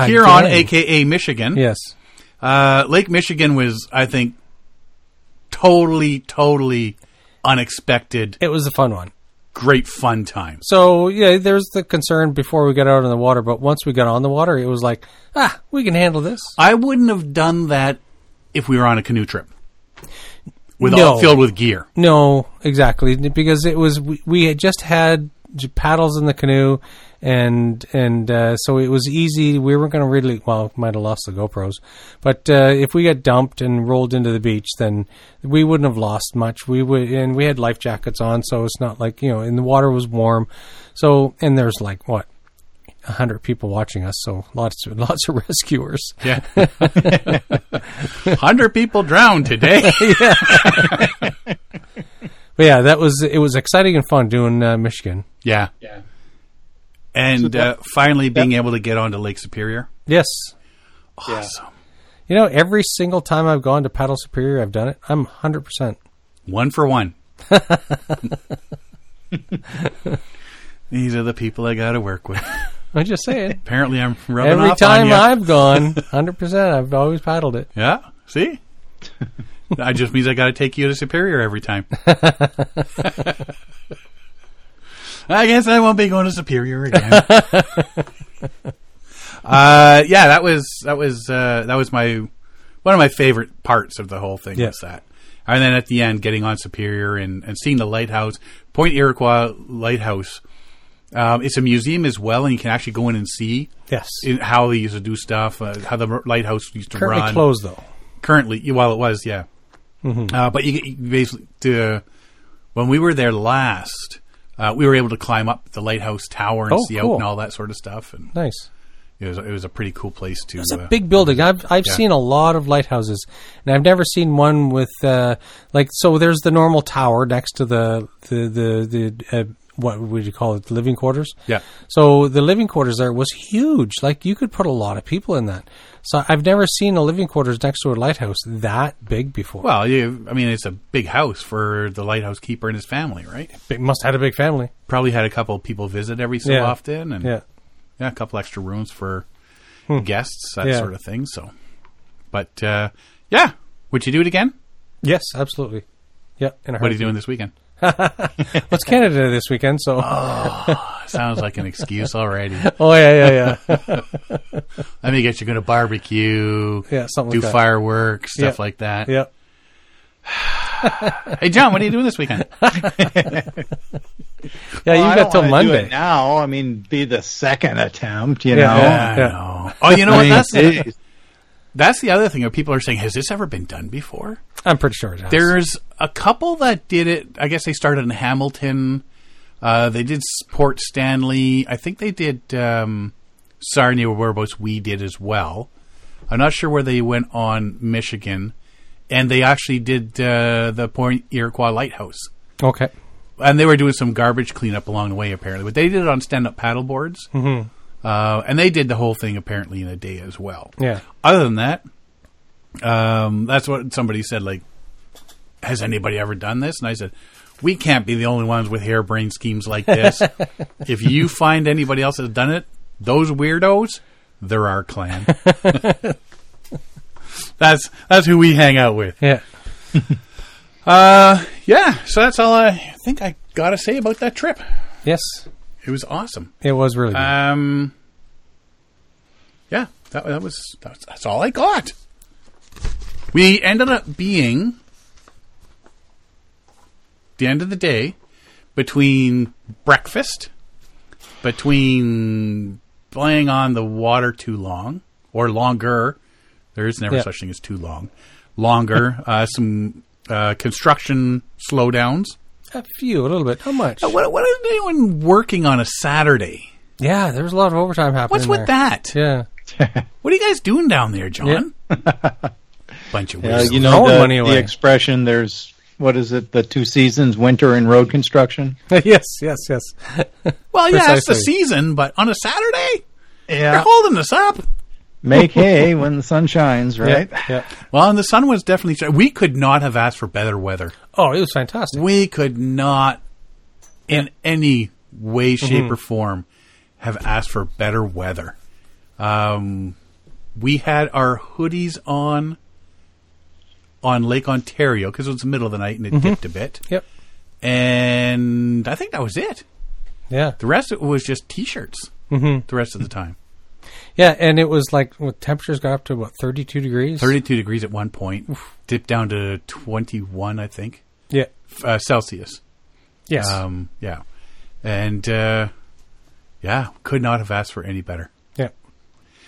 S1: Huron,
S2: Again.
S1: aka Michigan.
S2: yes,
S1: Uh, Lake Michigan was, I think, totally, totally unexpected.
S2: it was a fun one.
S1: Great fun time.
S2: So yeah, there's the concern before we got out on the water, but once we got on the water, it was like ah, we can handle this.
S1: I wouldn't have done that if we were on a canoe trip with
S2: No.
S1: all filled with gear.
S2: No, exactly, because it was we, we had just had j- paddles in the canoe, and and uh, so it was easy. We weren't going to really well, might have lost the GoPros, but uh, if we got dumped and rolled into the beach, then we wouldn't have lost much. We would, and we had life jackets on, so it's not like you know, and the water was warm, so and there's like what. a 100 people watching us so lots of lots of rescuers
S1: Yeah. 100 people drowned today.
S2: but yeah that was it was exciting and fun doing uh, michigan
S1: yeah.
S3: Yeah.
S1: And uh, finally being able to get onto Lake Superior.
S2: yes
S1: Awesome.
S2: You know, every single time I've gone to Paddle Superior, I've done it. I'm 100%.
S1: One for one. These are the people I got to work with.
S2: I'm just saying.
S1: Apparently, I'm rubbing
S2: every
S1: off on
S2: time
S1: you.
S2: I've gone, 100%, I've always paddled it.
S1: Yeah. See? that just means I got to take you to Superior every time. I guess I won't be going to Superior again. uh, yeah, that was that was uh, that was my one of my favorite parts of the whole thing
S2: Yeah.
S1: was that. And then at the end, getting on Superior and, and seeing the lighthouse, Point Iroquois Lighthouse. Um, it's a museum as well, and you can actually go in and see
S2: Yes.
S1: in how they used to do stuff, uh, how the lighthouse used to
S2: Currently
S1: run.
S2: closed, though.
S1: Currently, yeah, well, it was, yeah.
S2: Mm-hmm.
S1: Uh, but you, you basically, to, when we were there last, uh, we were able to climb up the lighthouse tower and
S2: Oh,
S1: see out
S2: cool.
S1: and all that sort of stuff, and
S2: Nice.
S1: it was it was a pretty cool place to.
S2: It's
S1: uh,
S2: a big building. I've I've
S1: Yeah.
S2: seen a lot of lighthouses, and I've never seen one with uh, like so. There's the normal tower next to the the the, the uh, what would you call it? Living quarters.
S1: Yeah.
S2: So the living quarters there was huge. Like you could put a lot of people in that. So I've never seen a living quarters next to a lighthouse that big before.
S1: Well, you, I mean, it's a big house for the lighthouse keeper and his family, right?
S2: They must have had a big family.
S1: Probably had a couple people visit every so
S2: Yeah.
S1: often, and
S2: Yeah. Hmm.
S1: yeah, a couple extra rooms for guests, that
S2: Yeah.
S1: sort of thing. So, but uh, yeah, would you do it again?
S2: Yes, absolutely. Yeah. In a
S1: What are
S2: hurry.
S1: you doing this weekend?
S2: Well, it's Canada Day this weekend, so oh,
S1: Sounds like an excuse already.
S2: yeah, yeah, yeah.
S1: Let me get you going to barbecue,
S2: Yeah, something
S1: do
S2: like that.
S1: fireworks, stuff
S2: Yeah.
S1: like that.
S2: yeah.
S1: Hey, John, what are you doing this weekend?
S2: Yeah,
S3: Well, I
S2: you got
S3: don't
S2: till
S3: wanna do
S2: Monday.
S3: it now, I mean, be the second attempt, you
S2: Yeah.
S3: know.
S1: I
S2: Yeah.
S3: uh,
S1: know. Oh, you know what? That's
S3: Jeez.
S1: That's the other thing. Where people are saying, "Has this ever been done before?"
S2: I'm pretty sure it has.
S1: There's a couple that did it. I guess they started in Hamilton. Uh, they did Port Stanley. I think they did um, Sarnia, whereabouts we did as well. I'm not sure where they went on Michigan, and they actually did uh, the Point Iroquois Lighthouse
S2: okay.
S1: and they were doing some garbage cleanup along the way apparently but they did it on stand-up paddle boards mm-hmm. uh, and they did the whole thing apparently in a day as well
S2: Yeah.
S1: other than that um, that's what somebody said like has anybody ever done this and i said we can't be the only ones with harebrained schemes like this if you find anybody else that's done it those weirdos they're our clan that's that's who we hang out with
S2: Yeah.
S1: uh, yeah so that's all i think i gotta say about that trip
S2: Yes.
S1: it was awesome.
S2: It was really good.
S1: Um, yeah, that, that was that's, that's all I got. We ended up being the end of the day between breakfast, between playing on the water too long or longer. There is never
S2: Yeah.
S1: such thing as too long. Longer, uh, some uh, construction slowdowns.
S2: a few, a little bit. How much?
S1: Uh, What, what is anyone working on a Saturday?
S2: Yeah, there was a lot of overtime happening.
S1: What's with
S2: there.
S1: that?
S2: Yeah.
S1: What are you guys doing down there, John? Bunch of
S3: Yeah,
S1: weirdos.
S3: you know
S2: throwing
S3: the,
S2: money away.
S3: the expression. There's what is it? The two seasons: winter and road construction.
S2: yes, yes, yes.
S1: well, yeah, it's the
S2: precisely.
S1: season, but on a Saturday, they're
S3: Yeah,
S1: holding us up.
S3: make hay when the sun shines, right?
S2: Yeah, yeah.
S1: Well, and the sun was definitely. shi- We could not have asked for better weather.
S2: Oh, it was fantastic.
S1: We could not, in any way, shape,
S3: Mm-hmm.
S1: or form, have asked for better weather. Um, we had our hoodies on on Lake Ontario because it was the middle of the night and it
S3: Mm-hmm.
S1: dipped a bit,
S2: Yep.
S1: and I think that was it.
S2: Yeah.
S1: The rest of it was just t-shirts. Mm-hmm. The rest of the time,
S2: Yeah, and it was like what temperatures got up to what 32 degrees.
S1: thirty-two degrees at one point, dipped down to twenty-one, I think,
S2: Yeah.
S1: f- uh, Celsius.
S2: Yes.
S1: Um, yeah, and uh, yeah, could not have asked for any better.
S2: yeah.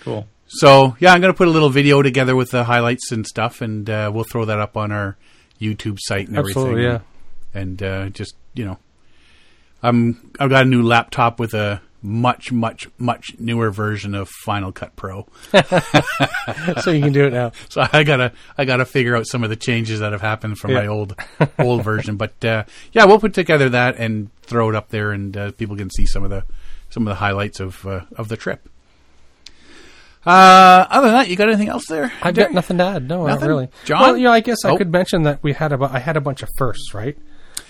S3: Cool.
S1: So yeah, I'm going to put a little video together with the highlights and stuff, and uh, we'll throw that up on our YouTube site and
S2: Absolutely,
S1: everything. and uh, just you know, I'm I've got a new laptop with a much much much newer version of Final Cut Pro.
S2: so you can do it now.
S1: So I gotta I gotta figure out some of the changes that have happened from
S2: Yeah.
S1: my old old version. But uh, yeah, we'll put together that and throw it up there, and uh, people can see some of the some of the highlights of uh, of the trip. Uh, other than that, you got anything else there?
S2: I've got nothing to add. No,
S1: Nothing?
S2: not really.
S1: John?
S2: Well, you know, I guess
S1: Oh.
S2: I could mention that we had a bu- I had a bunch of firsts, right?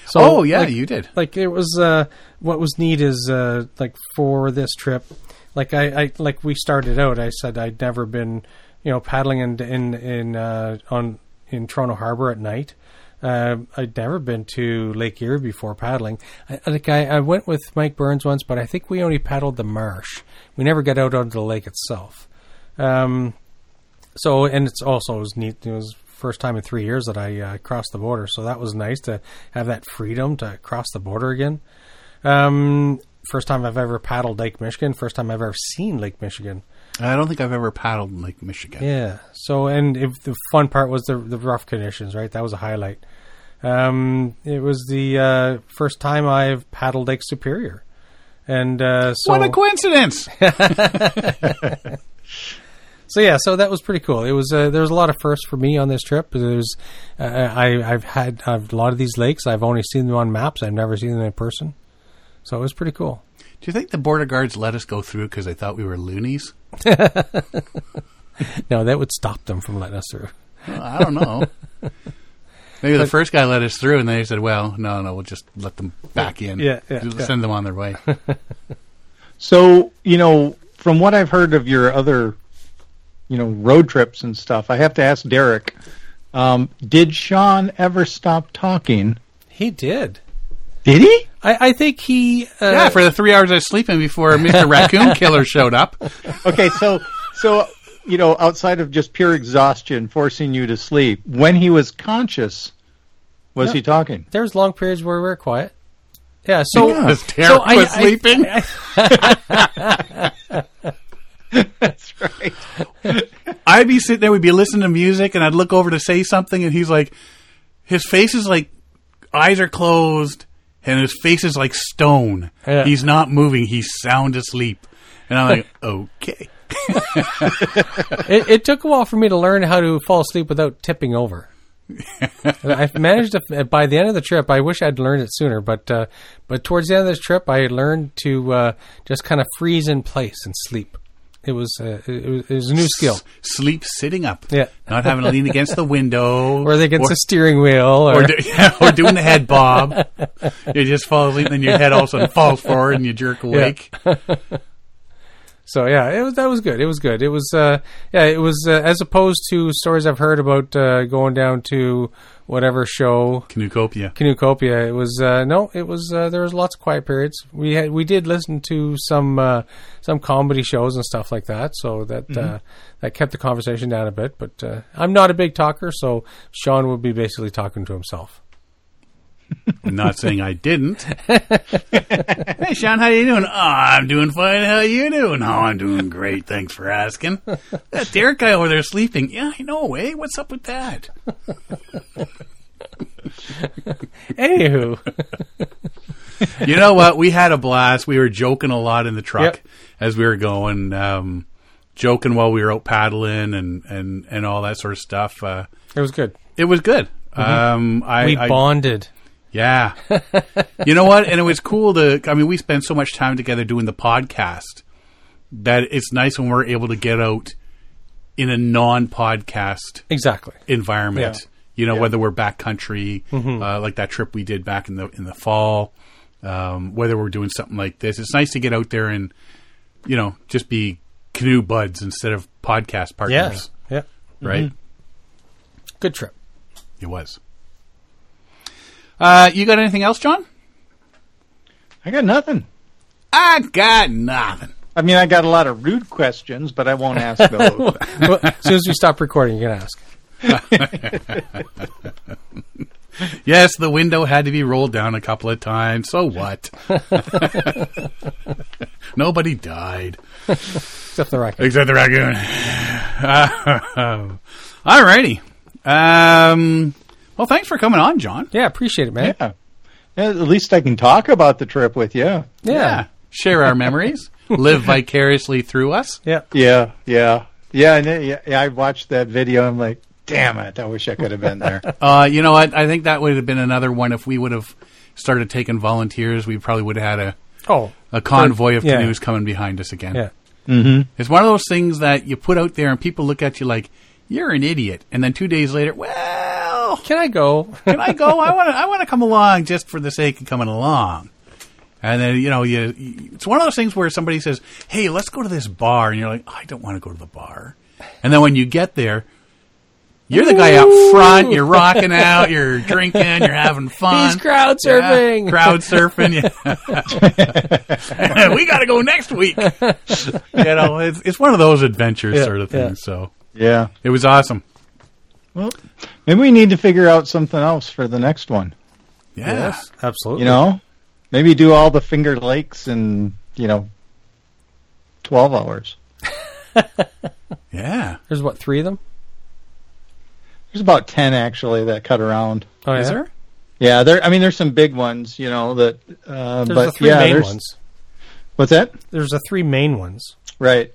S2: So,
S1: Oh yeah,
S2: like,
S1: you did.
S2: like it was uh, what was neat is uh, like for this trip like I, I like we started out i said i'd never been you know paddling in in in uh, on in toronto harbor at night uh, i'd never been to lake erie before paddling I, I like I, I went with mike burns once but i think we only paddled the marsh we never got out onto the lake itself um, so and it's also it was neat it was first time in three years that i uh, crossed the border so that was nice to have that freedom to cross the border again um, first time i've ever paddled lake michigan first time i've ever seen lake michigan
S1: I don't think I've ever paddled in Lake Michigan.
S2: yeah so and if the fun part was the, the rough conditions right that was a highlight um, it was the uh, first time i've paddled lake superior and uh, so
S1: What a coincidence!
S2: So yeah, so that was pretty cool. It was uh, there was a lot of firsts for me on this trip. There's uh, I I've had I've, a lot of these lakes. I've only seen them on maps. I've never seen them in person. So it was pretty cool.
S1: Do you think the border guards let us go through because they thought we were loonies?
S2: No, that would stop them from letting us through.
S1: Well, I don't know. Maybe the first guy let us through, and they said, "Well, no, no, we'll just let them back in.
S2: Yeah, yeah,
S1: Just
S2: yeah.
S1: send them on their way."
S3: So, you know, from what I've heard of your other, you know, road trips and stuff, I have to ask Derek, um, did Sean ever stop talking?
S2: He did.
S3: Did he?
S2: I, I think he. Uh,
S1: Yeah, for the three hours I was sleeping before Mr. Raccoon Killer showed up.
S3: Okay, so so you know, outside of just pure exhaustion forcing you to sleep, when he was conscious, was he talking?
S2: there was long periods where we were quiet. Yeah. So
S1: Yeah. Was
S2: so
S1: Derek was sleeping?
S3: That's right.
S1: I'd be sitting there, we'd be listening to music, and I'd look over to say something, and he's like, his face is like, eyes are closed, and his face is like stone.
S2: Yeah.
S1: He's not moving. He's sound asleep. And I'm like, okay.
S2: It, it took a while for me to learn how to fall asleep without tipping over. I've managed to. uh, By the end of the trip, I wish I'd learned it sooner. But uh, but towards the end of this trip, I learned to uh, just kind of freeze in place and sleep. It was uh, it, was- it was a new skill.
S1: S- sleep sitting up.
S2: Yeah.
S1: Not having to lean against the window.
S2: Or they against the steering wheel,
S1: or,
S2: or,
S1: do, or doing the head bob. You just fall asleep, and then your head all of a sudden falls forward, and you jerk awake.
S2: so yeah, it was that was good. It was good. It was uh, yeah, it was uh, as opposed to stories I've heard about uh, going down to whatever show
S1: Canucopia.
S2: Canucopia. It was uh, no, it was uh, there was lots of quiet periods. We had we did listen to some uh, some comedy shows and stuff like that, so that uh, that kept the conversation down a bit. But uh, I'm not a big talker, so Sean would be basically talking to himself.
S1: I'm not saying I didn't. hey, Sean, how you doing? Oh, I'm doing fine. How you doing? Oh, I'm doing great. Thanks for asking. That Derek guy over there sleeping. Yeah, I know. Eh? What's up with that?
S2: Anywho,
S1: You know what? We had a blast. We were joking a lot in the truck
S2: Yep.
S1: as we were going, um, joking while we were out paddling and, and, and all that sort of stuff. Uh,
S2: it was good.
S1: it was good. Um, I,
S2: Mm-hmm. We
S1: I-
S2: bonded.
S1: Yeah. you know what? And it was cool to, I mean, we spend so much time together doing the podcast that it's nice when we're able to get out in a non podcast
S2: Exactly.
S1: environment.
S2: Yeah. Mm-hmm.
S1: You know, whether we're backcountry, uh, like that trip we did back in the in the fall, um, whether we're doing something like this, it's nice to get out there and you know just be canoe buds instead of podcast partners,
S2: Yeah. Mm-hmm.
S1: right?
S2: Good trip.
S1: It was. Uh, you got anything else, John?
S3: I got nothing.
S1: I got nothing.
S3: I mean, I got a lot of rude questions, but I won't ask those.
S2: well, as soon as we stop recording, you can ask.
S1: Yes, the window had to be rolled down a couple of times. So what? Nobody died
S2: Except the rocket.
S1: except the raccoon. All righty. Um, well, thanks for coming on, John.
S2: Yeah, appreciate it, man.
S3: yeah. At least I can talk about the trip with you.
S2: Yeah. Yeah.
S1: Share our memories. Live vicariously through us.
S3: Yeah, yeah, yeah. And it- yeah, yeah, I watched that video. I'm like, damn it! I wish I could have been there.
S1: Uh, you know what? I think that would have been another one if we would have started taking volunteers. We probably would have had
S2: Oh.
S1: a, a convoy of
S2: Yeah.
S1: canoes coming behind us again.
S2: Yeah.
S1: It's one of those things that you put out there and people look at you like, you're an idiot. And then two days later, well,
S2: Can I go?
S1: can I go? I want to, I want to come along just for the sake of coming along. And then, you know, you, you- it's one of those things where somebody says, hey, let's go to this bar. And you're like, I don't want to go to the bar. And then when you get there, you're the guy out front. You're rocking out. You're drinking. You're having fun.
S2: He's crowd
S1: Yeah,
S2: surfing.
S1: crowd surfing. Yeah. we got to go next week. you know, it's, it's one of those adventures
S2: Yeah,
S1: sort of
S2: yeah.
S1: things. So
S3: yeah.
S1: it was awesome.
S3: Well, maybe we need to figure out something else for the next one.
S1: Yeah.
S2: Absolutely.
S3: You know, maybe do all the Finger Lakes in you know twelve hours.
S1: Yeah.
S2: There's what three of them.
S3: There's about ten actually that cut around.
S2: Oh,
S1: Is
S2: yeah?
S1: there?
S3: Yeah, there. I mean, there's some big ones, you know. That, uh,
S2: There's
S3: but
S2: the three
S3: yeah,
S2: main
S3: there's,
S2: ones.
S3: What's that?
S2: There's the three main ones.
S3: Right.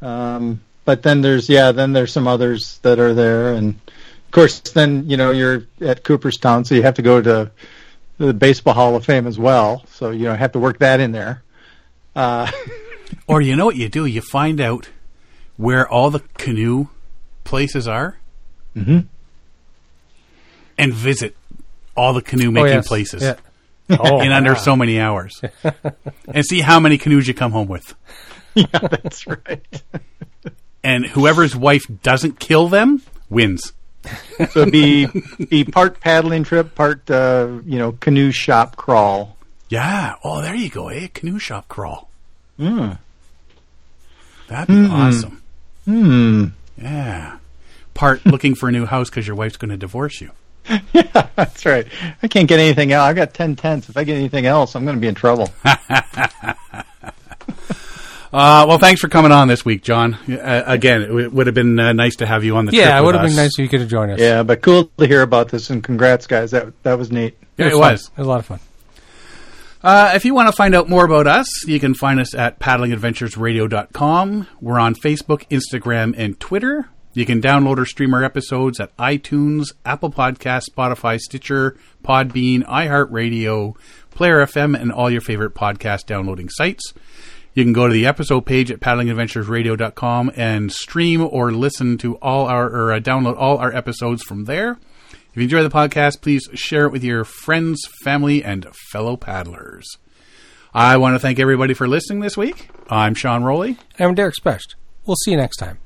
S3: Um, but then there's yeah, then there's some others that are there, and of course, then you know you're at Cooperstown, so you have to go to the Baseball Hall of Fame as well. So you know have to work that in there. Uh,
S1: Or you know what you do? You find out where all the canoe places are, mm-hmm. and visit all the canoe making
S2: oh, yes.
S1: places
S2: Yeah. Oh,
S1: in under so many hours, and see how many canoes you come home with.
S3: yeah, that's right.
S1: And whoever's wife doesn't kill them wins.
S3: So it'd be be part paddling trip, part uh, you know canoe shop crawl.
S1: Yeah. Oh, there you go. Eh? Canoe shop crawl.
S2: Hmm.
S1: That'd be awesome. Hmm. Yeah. Part looking for a new house because your wife's going to divorce you.
S3: That's right. I can't get anything else. I've got ten tenths. If I get anything else, I'm going to be in trouble.
S1: Uh, well, thanks for coming on this week, John. Uh, again, it w- would have been uh, nice to have you on the trip
S2: Yeah, it
S1: with
S2: would have been
S1: us.
S2: nice if you could have joined us.
S3: Yeah, but cool to hear about this and congrats, guys. That that was neat.
S1: Yeah, it
S2: fun.
S1: was.
S2: It was a lot of fun.
S1: Uh, if you want to find out more about us, you can find us at paddlingadventuresradio.com. We're on Facebook, Instagram, and Twitter. You can download or stream our episodes at iTunes, Apple Podcasts, Spotify, Stitcher, Podbean, iHeartRadio, Player FM, and all your favorite podcast downloading sites. You can go to the episode page at paddlingadventuresradio.com and stream or listen to all our or uh, download all our episodes from there. If you enjoy the podcast, please share it with your friends, family, and fellow paddlers. I want to thank everybody for listening this week. I'm Sean Rowley.
S2: I'm Derek Specht. We'll see you next time.